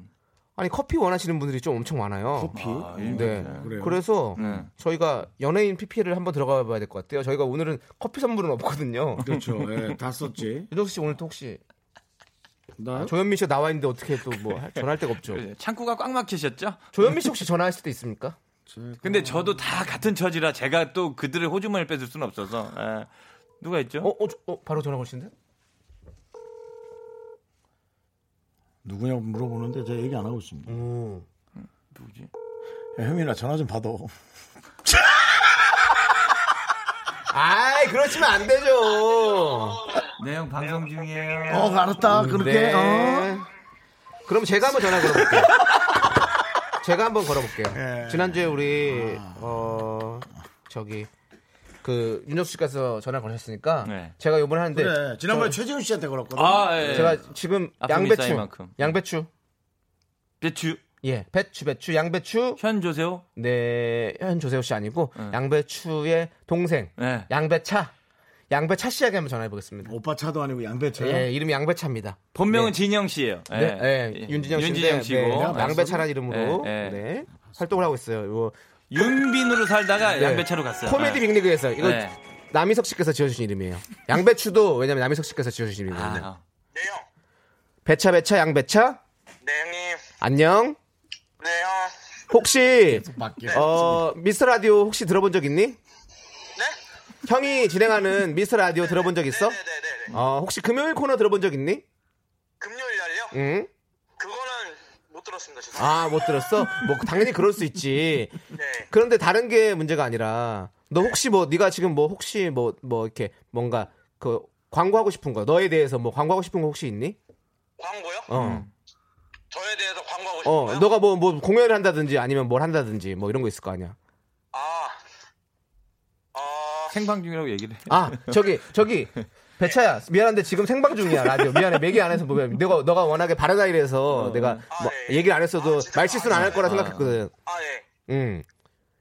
아니 커피 원하시는 분들이 좀 엄청 많아요. 커피? 아, 예. 네. 그래요? 그래서 네. 저희가 연예인 PPL을 한번 들어가 봐야 될 것 같아요. 저희가 오늘은 커피 선물은 없거든요. 네. 그렇죠. 예, 다 썼지. 윤정수 씨 오늘 또 혹시 아? 나 조현민 씨가 나와 있는데 어떻게 또 뭐 전화할 데가 없죠. 그래, 창구가 꽉 막히셨죠? 조현민 씨 혹시 전화하실 때 있습니까? 어. 근데 저도 다 같은 처지라 제가 또 그들의 호주머니를 뺏을 수는 없어서 예. 누가 있죠? 어, 어, 저- 어, 바로 전화 걸신데? 누구냐고 물어보는데 제가 얘기 안 하고 있습니다. 오. 누구지? 야, 혜민아 전화 좀 받아. 아이, 그러시면 안 되죠. 내형 방송 중이에요. 어 음, 알았다. 그렇게. 네. 어. 그럼 제가 한번 전화 걸어볼게요. 제가 한번 걸어볼게요. 예. 지난주에 우리 어 저기 그 윤혁수 씨가서 전화 걸으셨으니까 네. 제가 요번에 하는데 그래. 지난번에 최지훈 씨한테 걸었거든. 아, 예. 네, 제가 지금 아픔이 쌓인 양배추, 만큼. 양배추, 배추 예, 배추, 배추, 양배추, 현 조세호. 네, 현 조세호 씨 아니고 양배추의 동생 네. 양배차, 양배차 씨에게 한번 전화해 보겠습니다. 오빠 차도 아니고 네. 양배차요. 예, 이름이 양배차입니다. 본명은 진영 씨예요. 예. 네, 예. 윤진영 씨인데 윤진영 씨고 네, 예. 양배차란 이름으로 예, 예. 네, 활동을 하고 있어요. 이거 윤빈으로 살다가 네. 양배차로 갔어요. 코미디 예. 빅리그에서 이거 네. 남희석 씨께서 지어주신 이름이에요. 양배추도 왜냐면 남희석 씨께서 지어주신 이름이거든요. 아, 네 형. 배차 배차 양배차 네 형님. 안녕. 네 형. 혹시 맞게. 어 미스터 라디오 혹시 들어본 적 있니? 네? 형이 진행하는 미스터 라디오 들어본 적 있어? 네네네. 어 혹시 금요일 코너 들어본 적 있니? 금요일 날요? 응? 그거는 못 들었습니다. 죄송합니다. 아 못 들었어? 뭐 당연히 그럴 수 있지. 네. 그런데 다른 게 문제가 아니라 너 혹시 뭐 네가 지금 뭐 혹시 뭐 뭐 이렇게 뭔가 그 광고하고 싶은 거 너에 대해서 뭐 광고하고 싶은 거 혹시 있니? 광고요? 어. 저에 대해서 광고하고 싶어요. 어, 너가 뭐, 뭐 공연을 한다든지 아니면 뭘 한다든지 뭐 이런 거 있을 거 아니야. 아. 어. 생방 중이라고 얘기를 해. 아, 저기, 저기. 배차야, 미안한데 지금 생방 중이야, 라디오. 미안해, 얘기 안 해서 뭐, 내가, 너가 워낙에 바른 아이라서 내가 뭐, 아, 예. 얘기를 안 했어도 아, 진짜 말실수는 안 할 거라 아. 생각했거든. 아 예. 음.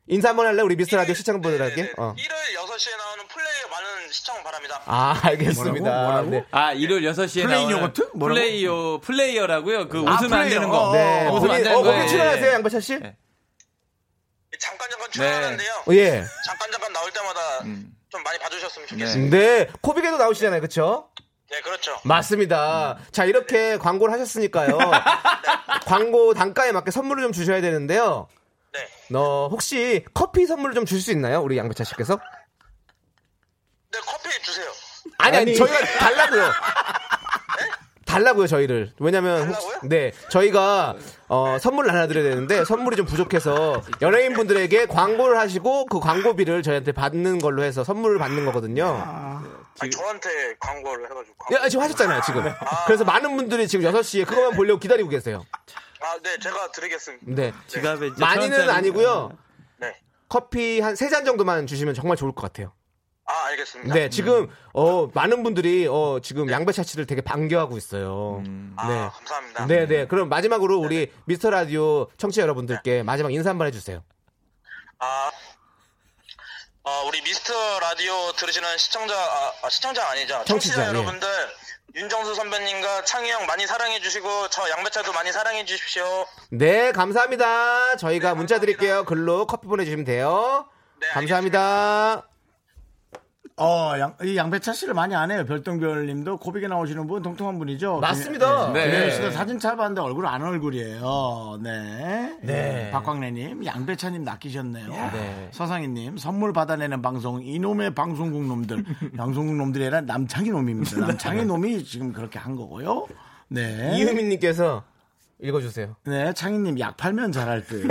인사 한번 할래? 우리 미스터 라디오 시청자분들에게? 네네네. 어. 일요일 6시에 나오는 플레이에 많은 시청 바랍니다. 아, 알겠습니다. 뭐라고? 뭐라고? 네. 아, 일요일 6시에 플레이 나오는 요거트? 뭐라고? 플레이요 플레이어라고요. 그 아, 웃으면 안 플레이어. 되는 거. 어, 네. 어, 웃으면 안 거기, 되는 어, 거. 거기 예. 출연하세요, 양배차 씨? 예. 잠깐 잠깐 출연하는데요. 어, 예. 잠깐 잠깐 나올 때마다 좀 많이 봐주셨으면 좋겠어요. 네. 네. 코빅에도 나오시잖아요, 그쵸? 네 그렇죠. 맞습니다. 자, 이렇게 광고를 하셨으니까요. 광고 단가에 맞게 선물을 좀 주셔야 되는데요. 네. 너 혹시 커피 선물을 좀 주실 수 있나요? 우리 양배차 씨께서? 네 커피 주세요. 아니, 아니, 저희가 달라고요. 달라고요, 저희를. 왜냐면, 혹시- 달라고요? 네, 저희가, 어, 선물을 하나 드려야 되는데, 선물이 좀 부족해서, 연예인분들에게 광고를 하시고, 그 광고비를 저희한테 받는 걸로 해서 선물을 받는 거거든요. 아니, 저한테 광고를 해가지고. 광고. 예, 지금 하셨잖아요, 지금. 그래서 많은 분들이 지금 6시에 그것만 보려고 기다리고 계세요. 아, 네, 제가 드리겠습니다. 네. 지갑에 이제 천 많이는 원짜리- 아니고요. 네. 커피 한 세 잔 정도만 주시면 정말 좋을 것 같아요. 아, 알겠습니다. 네, 지금 어 많은 분들이 어 지금 양배차 씨를 되게 반겨하고 있어요. 아, 네. 감사합니다. 네, 네. 그럼 마지막으로 우리 미스터 라디오 청취자 여러분들께 마지막 인사 한번 해주세요. 아, 어, 우리 미스터 라디오 들으시는 시청자, 아, 아, 시청자 아니죠. 청취자, 청취자, 예. 여러분들, 윤정수 선배님과 창희 형 많이 사랑해주시고, 저 양배차도 많이 사랑해주십시오. 네, 감사합니다. 저희가 문자 드릴게요. 글로 커피 보내주시면 돼요. 네, 감사합니다. 어, 양, 이 양배차 씨를 많이 안 해요. 별똥별 님도 코빅에 나오시는 분 통통한 분이죠. 맞습니다. 김- 네. 김현우 씨도 사진 잘 봤는데 얼굴 안 얼굴이에요. 네. 네. 박광래님, 양배차님 낚이셨네요. 네. 서상희님, 선물 받아내는 방송, 이놈의 방송국 놈들. 방송국 놈들이 아니라 남창희 놈입니다. 남창희 놈이 지금 그렇게 한 거고요. 네. 네. 이유민님께서 읽어주세요. 네, 창희님 약 팔면 잘할 듯.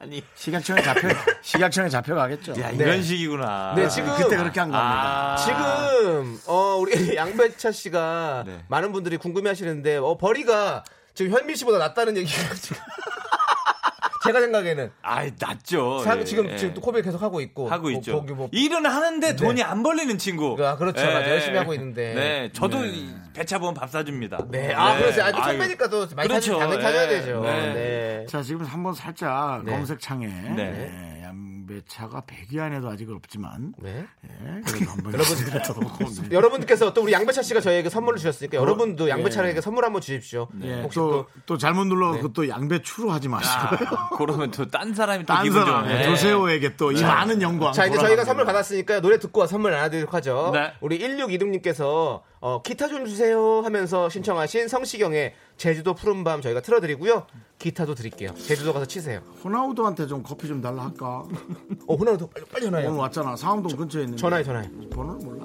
아니 식약청에 잡혀 식약청에 잡혀가겠죠. 야, 네. 이런 식이구나. 네, 지금 그때 그렇게 한 겁니다. 아. 지금 어 우리 양배차 씨가 네. 많은 분들이 궁금해하시는데 어 버리가 지금 현미 씨보다 낫다는 얘기가 지금 제가 생각에는 아이, 낫죠. 사- 예, 지금 예. 지금 또 코빅 계속 하고 있고 하고 뭐 있죠. 거기 뭐 일은 하는데 돈이 안 벌리는 친구. 아, 그렇죠. 맞아요. 열심히 하고 있는데. 네, 저도 이 배차 보면 밥 사줍니다. 네. 아, 그러세요. 아또 아유. 선배니까 또 많이 그렇죠. 사주, 당연히 사줘야 네. 되죠. 네. 네. 자 지금 한번 살짝 검색창에 네. 네, 양- 매차가 100위 안에도 아직 없지만 네. 예, 그래도 한번 네. 여러분 여러분께서 또 우리 양배차 씨가 저에게 선물을 어, 주셨으니까 여러분도 양배차에게 예. 선물 한번 주십시오. 네. 예, 혹시 또, 또 네. 또 잘못 눌러 그또 양배추로 하지 마시고요. 아, 그러면 또 딴 사람이 또 딴 기분 네. 사람 예, 네, 좋아해. 조세호에게 또 이 많은 영광. 네. 자 이제 저희가 돌아갑니다. 선물 받았으니까 노래 듣고 와 선물 나눠드리도록 하죠. 네. 우리 1626님께서 어, 기타 좀 주세요 하면서 신청하신 성시경의 제주도 푸른밤 저희가 틀어드리고요. 기타도 드릴게요. 제주도 가서 치세요. 호나우도한테 좀 커피 좀 달라 할까? 어 호나우도 빨리 빨리 오늘 전화해요. 왔잖아. 상암동 근처에 있는. 전화해 전화해. 번호를 몰라.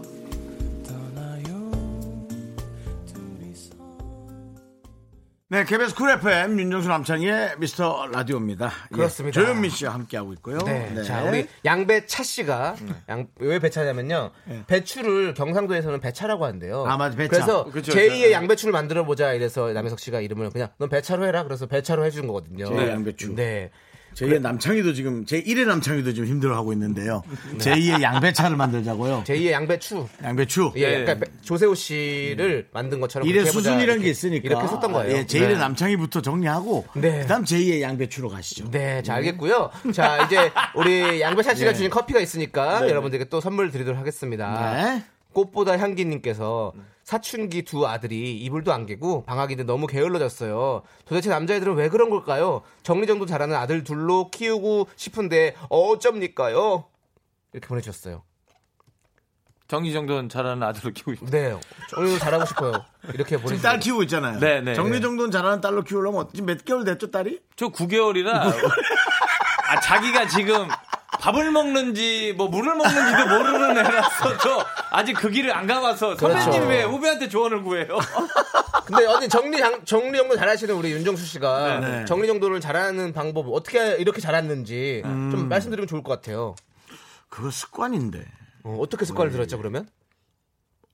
네, KBS 쿨 FM 윤정수 남창희의 미스터 라디오입니다. 예, 그렇습니다. 조현민 씨와 함께하고 있고요. 네. 자, 우리 양배차 씨가 네. 양, 왜 배차냐면요. 배추를 경상도에서는 배차라고 하는데요. 아, 맞아, 배차. 그래서 그렇죠, 제2의 그렇죠. 양배추를 만들어 보자 이래서 남혜석 씨가 이름을 그냥 넌 배차로 해라. 그래서 배차로 해준 거거든요. 제2의 양배추. 네. 제2의 남창희도 지금 제 1의 남창희도 지금 힘들어하고 있는데요. 제2의 양배차를 만들자고요. 네. 제2의 양배추. 양배추. 예, 그러니까 배- 조세호 씨를 만든 것처럼 일의 그렇게 해보자. 수준이라는 이렇게- 게 있으니까 이렇게 썼던 거예요. 예, 제1의 네. 남창희부터 정리하고 네. 그다음 제2의 양배추로 가시죠. 네, 잘 알겠고요. 자, 이제 우리 양배차 씨가 네. 주신 커피가 있으니까 여러분들께 또 선물 드리도록 하겠습니다. 네. 꽃보다 향기님께서 사춘기 두 아들이 이불도 안 개고 방학인데 너무 게을러졌어요. 도대체 남자애들은 왜 그런 걸까요? 정리정돈 잘하는 아들 둘로 키우고 싶은데 어쩝니까요? 이렇게 보내주셨어요. 정리정돈 잘하는 아들로 키우고 있다. 네, 정리정돈 잘하고 싶어요. 이렇게 보내주셨어요. 지금 딸 키우고 있잖아요. 네, 네, 정리정돈 잘하는 딸로 키우려면 어떻게 몇 개월 됐죠, 딸이? 저 9개월이라 아 자기가 지금 밥을 먹는지 뭐 물을 먹는지도 모르는 애라서 저 아직 그 길을 안 가봐서 선배님이 그렇죠. 왜 후배한테 조언을 구해요? 근데 어디 정리 장- 정리 정돈 잘하시는 우리 윤정수 씨가 네, 네. 정리 정돈을 잘하는 방법 어떻게 이렇게 잘았는지 음. 좀 말씀드리면 좋을 것 같아요. 그거 습관인데. 어, 떻게 습관을 들었죠 그러면?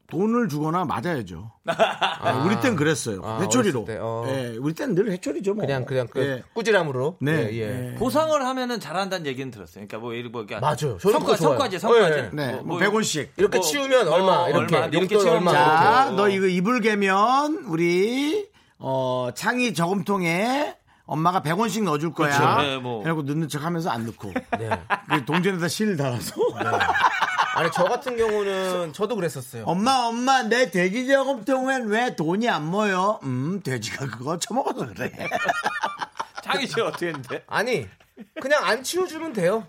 돈을 주거나 맞아야죠. 아, 우리 땐 그랬어요. 아, 회초리로. 어렸을 때, 어. 예, 우리 땐 늘 회초리죠, 뭐. 그냥 그냥 그 예. 꾸지람으로. 네. 예, 예. 예. 보상을 하면은 잘한다는 얘기는 들었어요. 그러니까 뭐 예를 뭐 이렇게 맞아요. 저는 그거 좋아요. 성과 성과지 성과지. 어, 예. 네, 뭐, 뭐 뭐 100원씩. 이렇게 뭐, 치우면 어, 얼마 이렇게 얼마, 이렇게 용돈 치우면 얼마 자, 이렇게. 아, 너 이거 이불 개면 우리 어, 창이 저금통에 엄마가 100원씩 넣어줄 거야. 그렇죠. 네, 뭐. 해놓고 넣는 척 하면서 안 넣고. 네. 그 동전에다 실 달아서. 아니 저 같은 경우는 저도 그랬었어요. 엄마, 엄마, 내 돼지 저금통엔 왜 돈이 안 모여? 음, 돼지가 그거 처먹어서 그래. 자기 씨 어떻게 했는데? 아니 그냥 안 치워주면 돼요.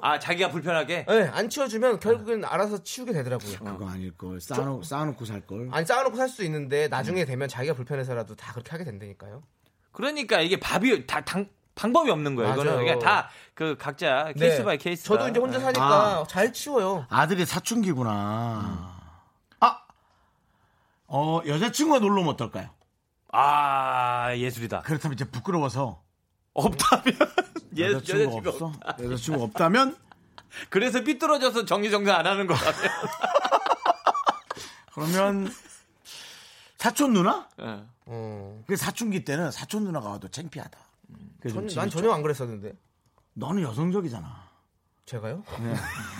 아 자기가 불편하게. 예, 안 치워주면 결국엔 알아서 치우게 되더라고요. 어. 그거 아닐걸. 쌓아놓고, 쌓아놓고 살걸. 안 쌓아놓고 살 수 있는데 나중에 되면 자기가 불편해서라도 다 그렇게 하게 된다니까요. 그러니까 이게 밥이 다 당, 방법이 없는 거예요. 이거는 맞아요. 그러니까 다그 각자 네. 케이스 바이 네. 아. 케이스. 저도 이제 혼자 사니까 잘 치워요. 아들이 사춘기구나. 아! 어, 여자친구가 놀러 오면 어떨까요? 아 예술이다. 그렇다면 이제 부끄러워서. 없다면 예, 여자친구가 여자친구 없어? 여자친구 없다면? 그래서 삐뚤어져서 정리정돈 안 하는 거라며. 그러면 사촌 누나? 예. 어. 그 사춘기 때는 사촌 누나가 와도 창피하다. 그래서 전, 집이 난 좀- 전혀 안 그랬었는데. 너는 여성적이잖아. 제가요? 네.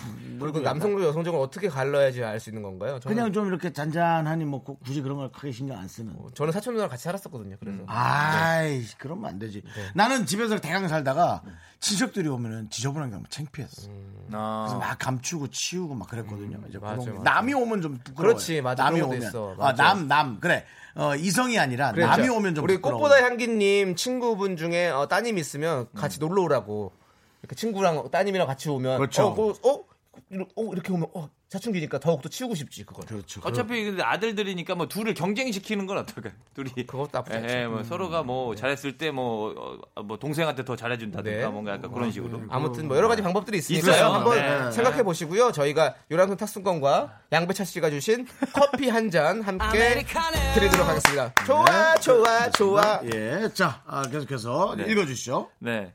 그리고 남성적 여성적을 어떻게 갈라야지 알 수 있는 건가요? 저는, 그냥 좀 이렇게 잔잔하니 뭐 구- 굳이 그런 걸 크게 신경 안 쓰는. 저는 사촌 누나랑 같이 살았었거든요. 네. 음. 그래서 아이, 그러면 안 되지. 나는 집에서 대강 살다가 친척들이 오면은 지저분한 게 너무 창피했어. 그래서 막 감추고 치우고 막 그랬거든요. 이제 음, 맞아, 그런 게. 맞아. 남이 오면 좀 부끄러워. 그렇지, 맞아. 남이 그런 것도 오면. 있어. 아, 맞아. 남, 남. 그래. 어, 이성이 아니라 그랬죠. 남이 오면 좀 그렇죠. 우리 부끄러워. 꽃보다 향기님 친구분 중에 어, 따님 있으면 같이 놀러 오라고 이렇게 친구랑 따님이랑 같이 오면 그렇죠. 어, 그, 어? 이러- 어, 이렇게 오면 어, 사춘기니까 더욱더 치우고 싶지 그걸. 그렇죠. 어차피 근데 아들들이니까 뭐 둘을 경쟁시키는 건 어떨까요? 둘이 그것도 나쁘지 않죠. 음. 예, 뭐 서로가 뭐 잘했을 때 뭐 잘했을 때 뭐 동생한테 더 잘해준다든가 네. 뭔가 약간 그런 식으로. 아무튼 뭐 여러 가지 방법들이 있으니까 있어요. 한번 네. 생각해 보시고요. 저희가 요란선 탁순권과 양배차 씨가 주신 커피 한 잔 함께 드리도록 하겠습니다. 네. 좋아, 좋아, 좋아. 예. 자, 아, 계속해서 읽어주시죠. 네.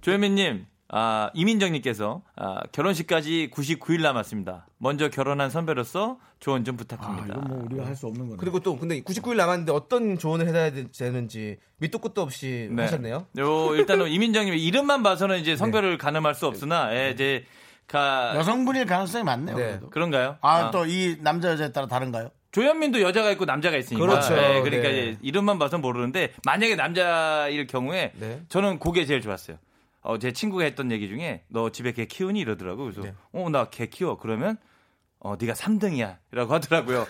조혜민님, 아, 이민정님께서 아, 결혼식까지 99일 남았습니다. 먼저 결혼한 선배로서 조언 좀 아, 부탁합니다. 이건 뭐 우리가 할 수 없는 거네. 그리고 또 근데 99일 남았는데 어떤 조언을 해야 되는지 밑도 끝도 없이 네. 하셨네요. 네. 요, 일단은 이민정님 이름만 봐서는 이제 성별을 가늠할 수 없으나 예, 이제 가 여성분일 가능성이 많네요. 네. 그래도. 그런가요? 아, 아. 또 이 남자 여자에 따라 다른가요? 조현민도 여자가 있고 남자가 있으니까. 그렇죠. 예, 네. 그러니까 이제 이름만 봐서 모르는데 만약에 남자일 경우에 네. 저는 그게 제일 좋았어요. 어, 제 친구가 했던 얘기 중에 너 집에 개 키우니 이러더라고. 그래서 네. 어 나 개 키워. 그러면 어 네가 3등이야라고 하더라고요.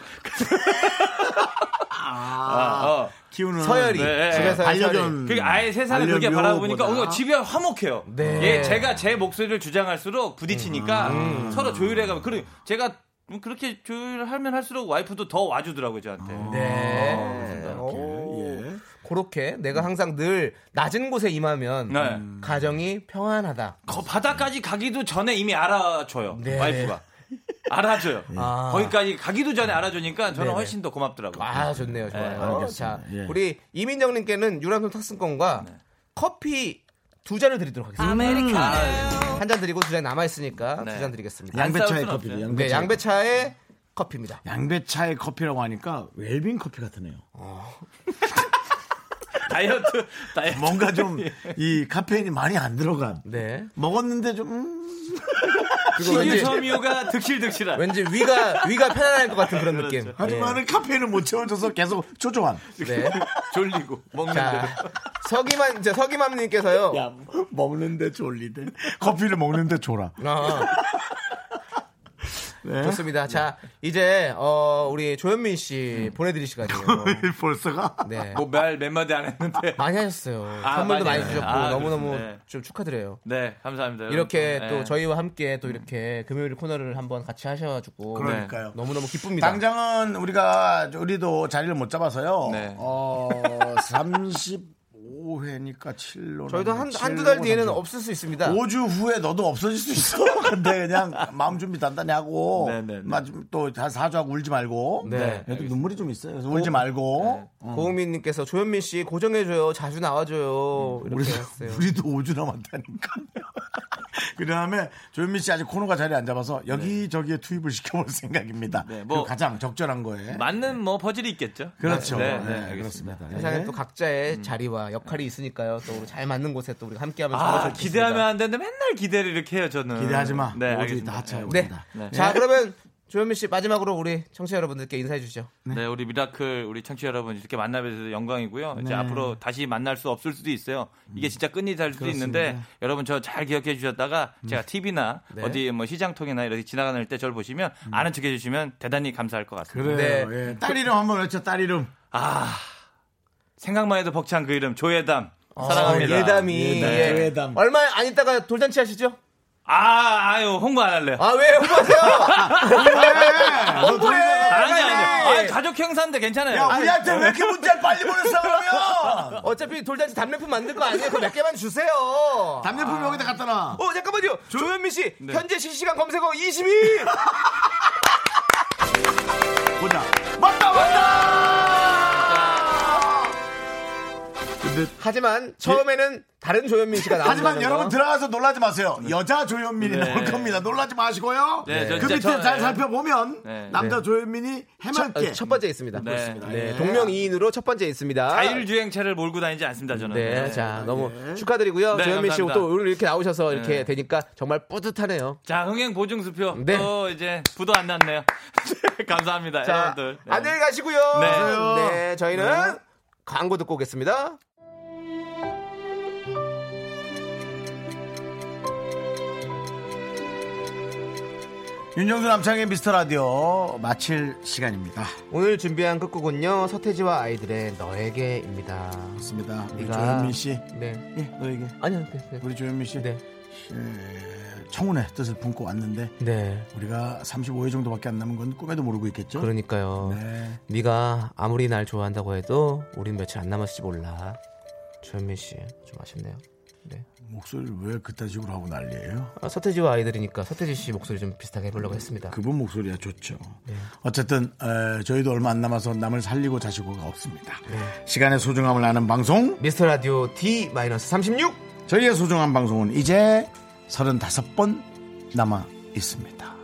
아, 어. 키우는 서열이. 네. 집에서 반려견. 그게 아예 세상을 그렇게 음. 반려묘보다. 바라보니까 어, 집에 화목해요. 네. 예, 제가 제 목소리를 주장할수록 부딪히니까 서로 조율해가면 그리고 제가 뭐 그렇게 조율하면 할수록 와이프도 더 와주더라고요 저한테. 어. 네. 오. 예, 그렇게 내가 항상 늘 낮은 곳에 임하면 네. 가정이 평안하다. 거- 바다까지 가기도 전에 이미 알아줘요 네. 와이프가 알아줘요. 아. 거기까지 가기도 전에 알아주니까 저는 네네. 훨씬 더 고맙더라고요. 아 좋네요, 좋아요. 알겠습니다. 자, 예. 우리 이민정님께는 유람선 탁승권과 커피 두 잔을 드리도록 하겠습니다. 아, 한 잔 드리고 두 잔 남아 있으니까 네. 두 잔 드리겠습니다. 양- 양배차의 안 싸울 순 커피도 없죠. 네, 양배차. 양배차의 커피입니다. 양배차의 커피라고 하니까 웰빙 커피 같으네요. 다이어트 다이어트 뭔가 좀 이 카페인이 많이 안 들어간. 네. 먹었는데 좀 음, 그리고 신유 왠지, 섬유가 득실득실한. 왠지 위가 위가 편안할 것 같은 그런 느낌. 하지만은 카페인을 못 채워줘서 계속 초조함. 네. 졸리고 먹는데. 자, 서기만 이제 서기맘님께서요. 야 먹는데 졸리대. 커피를 먹는데 졸아. 아, 네. 좋습니다. 자, 이제 어, 우리 조현민 씨 보내드릴 시간이에요. 벌써가 네. 뭐말몇 마디 안 했는데. 많이 하셨어요. 아, 선물도 많이 많이 했어요. 주셨고 아, 너무너무 그렇습니다. 좀 축하드려요. 네, 감사합니다. 여러분. 이렇게 네. 또 저희와 함께 또 이렇게 금요일 코너를 한번 같이 하셔가지고 그러니까요. 너무너무 기쁩니다. 당장은 우리가 우리도 자리를 못 잡아서요. 네. 어 35회니까 7로 저희도 한, 한두 달 뒤에는 없을 수 있습니다. 5주 후에 너도 없어질 수 있어. 근데 그냥 마음 준비 단단히 하고 네, 네, 네. 또다 사주하고 울지 말고. 네. 그래도 눈물이 좀 있어요. 그래서 울지 말고. 어. 고우민님께서 조현민 씨 고정해줘요. 자주 나와줘요. 이렇게 했어요. 우리도 5주 남았다니까. 그 다음에 조현미 씨 아직 코너가 자리 안 잡아서 여기저기에 투입을 시켜볼 생각입니다. 네, 뭐 뭐 가장 적절한 거에. 맞는 뭐 퍼즐이 있겠죠. 그렇죠. 네, 네, 네, 알겠습니다. 그렇습니다. 세상에 예. 또 각자의 자리와 역할이 있으니까요. 또 우리 잘 맞는 곳에 또 우리가 함께하면서 아, 좋을 것 같습니다. 기대하면 안 되는데 맨날 기대를 이렇게 해요, 저는. 예. 기대하지 마. 네, 오지 알겠습니다. 다 차요. 네. 우리가. 자 그러면 조현민 씨 마지막으로 우리 청취자 여러분들께 인사해 주시죠. 네, 우리 미라클 우리 청취자 여러분 이렇게 만나뵈서 영광이고요. 네. 이제 앞으로 다시 만날 수 없을 수도 있어요. 음. 이게 진짜 끝이 될 수도 있는데 여러분 저 잘 기억해 주셨다가 음. 제가 TV나 네. 어디 뭐 시장통이나 이렇게 지나가는 때 저를 보시면 음. 아는 척해 주시면 대단히 감사할 것 같습니다. 그래요. 예. 딸 이름 한번 외쳐. 딸 이름. 생각만 해도 벅찬 그 이름 조예담 어, 사랑합니다. 아, 예담이 예담, 예. 예담. 얼마 안 있다가 돌잔치 하시죠? 아, 아유 홍보 안 할래요. 아 왜 홍보하세요? 네, 네. 어, 아, 홍보해. 아니 아니. 아, 빨리. 가족 행사인데 괜찮아요. 네. 야, 우리한테 왜 이렇게 문자를 빨리 보냈어, 그러면? 어차피 돌잔치 답례품 만들 거 아니에요? 그몇 개만 주세요. 어 담배품 아. 여기다 갖다 놔. 잠깐만요. 조현민 씨 네. 현재 실시간 검색어 22. 보자. 맞다, 맞다! 근데 예. 하지만 처음에는 다른 조현민 씨가 나온다는 하지만 거. 여러분 들어가서 놀라지 마세요. 여자 조현민이 나올 겁니다. 놀라지 마시고요. 네, 저 그 진짜 밑에 저- 잘 네. 살펴보면 네. 남자 조현민이 첫, 해맑게 어, 첫 번째에 있습니다. 네. 네, 동명이인으로 첫 번째 에 있습니다. 자율주행차를 몰고 다니지 않습니다 저는. 네, 네. 자 너무 축하드리고요. 네, 조현민 씨 감사합니다. 네. 또 오늘 이렇게 나오셔서 이렇게 되니까 정말 뿌듯하네요. 자, 흥행 보증수표. 네. 또 이제 부도 안 났네요. 감사합니다, 자 아, 여러분들. 네. 안녕히 가시고요. 네. 네, 저희는 광고 듣고 오겠습니다. 윤정수 남창의 미스터 라디오 마칠 시간입니다. 오늘 준비한 끝곡은요 서태지와 아이들의 너에게입니다. 맞습니다. 우리 네가- 조현민 씨. 네, 예, 너에게. 아니요, 네, 네. 우리 조현민 씨. 네. 예, 청혼의 뜻을 품고 왔는데 네, 우리가 35회 정도밖에 안 남은 건 꿈에도 모르고 있겠죠? 그러니까요. 네. 네가 아무리 날 좋아한다고 해도 우린 며칠 안 남았을지 몰라. 조현민 씨 좀 아쉽네요. 네. 목소리를 왜 그딴 식으로 하고 난리예요? 아, 서태지와 아이들이니까 서태지 씨 목소리 좀 비슷하게 해보려고 했습니다. 그분 목소리가 좋죠. 어쨌든 에, 저희도 얼마 안 남아서 남을 살리고 자시고가 없습니다. 시간의 소중함을 아는 방송 미스터 라디오 D-36 저희의 소중한 방송은 이제 35번 남아 있습니다.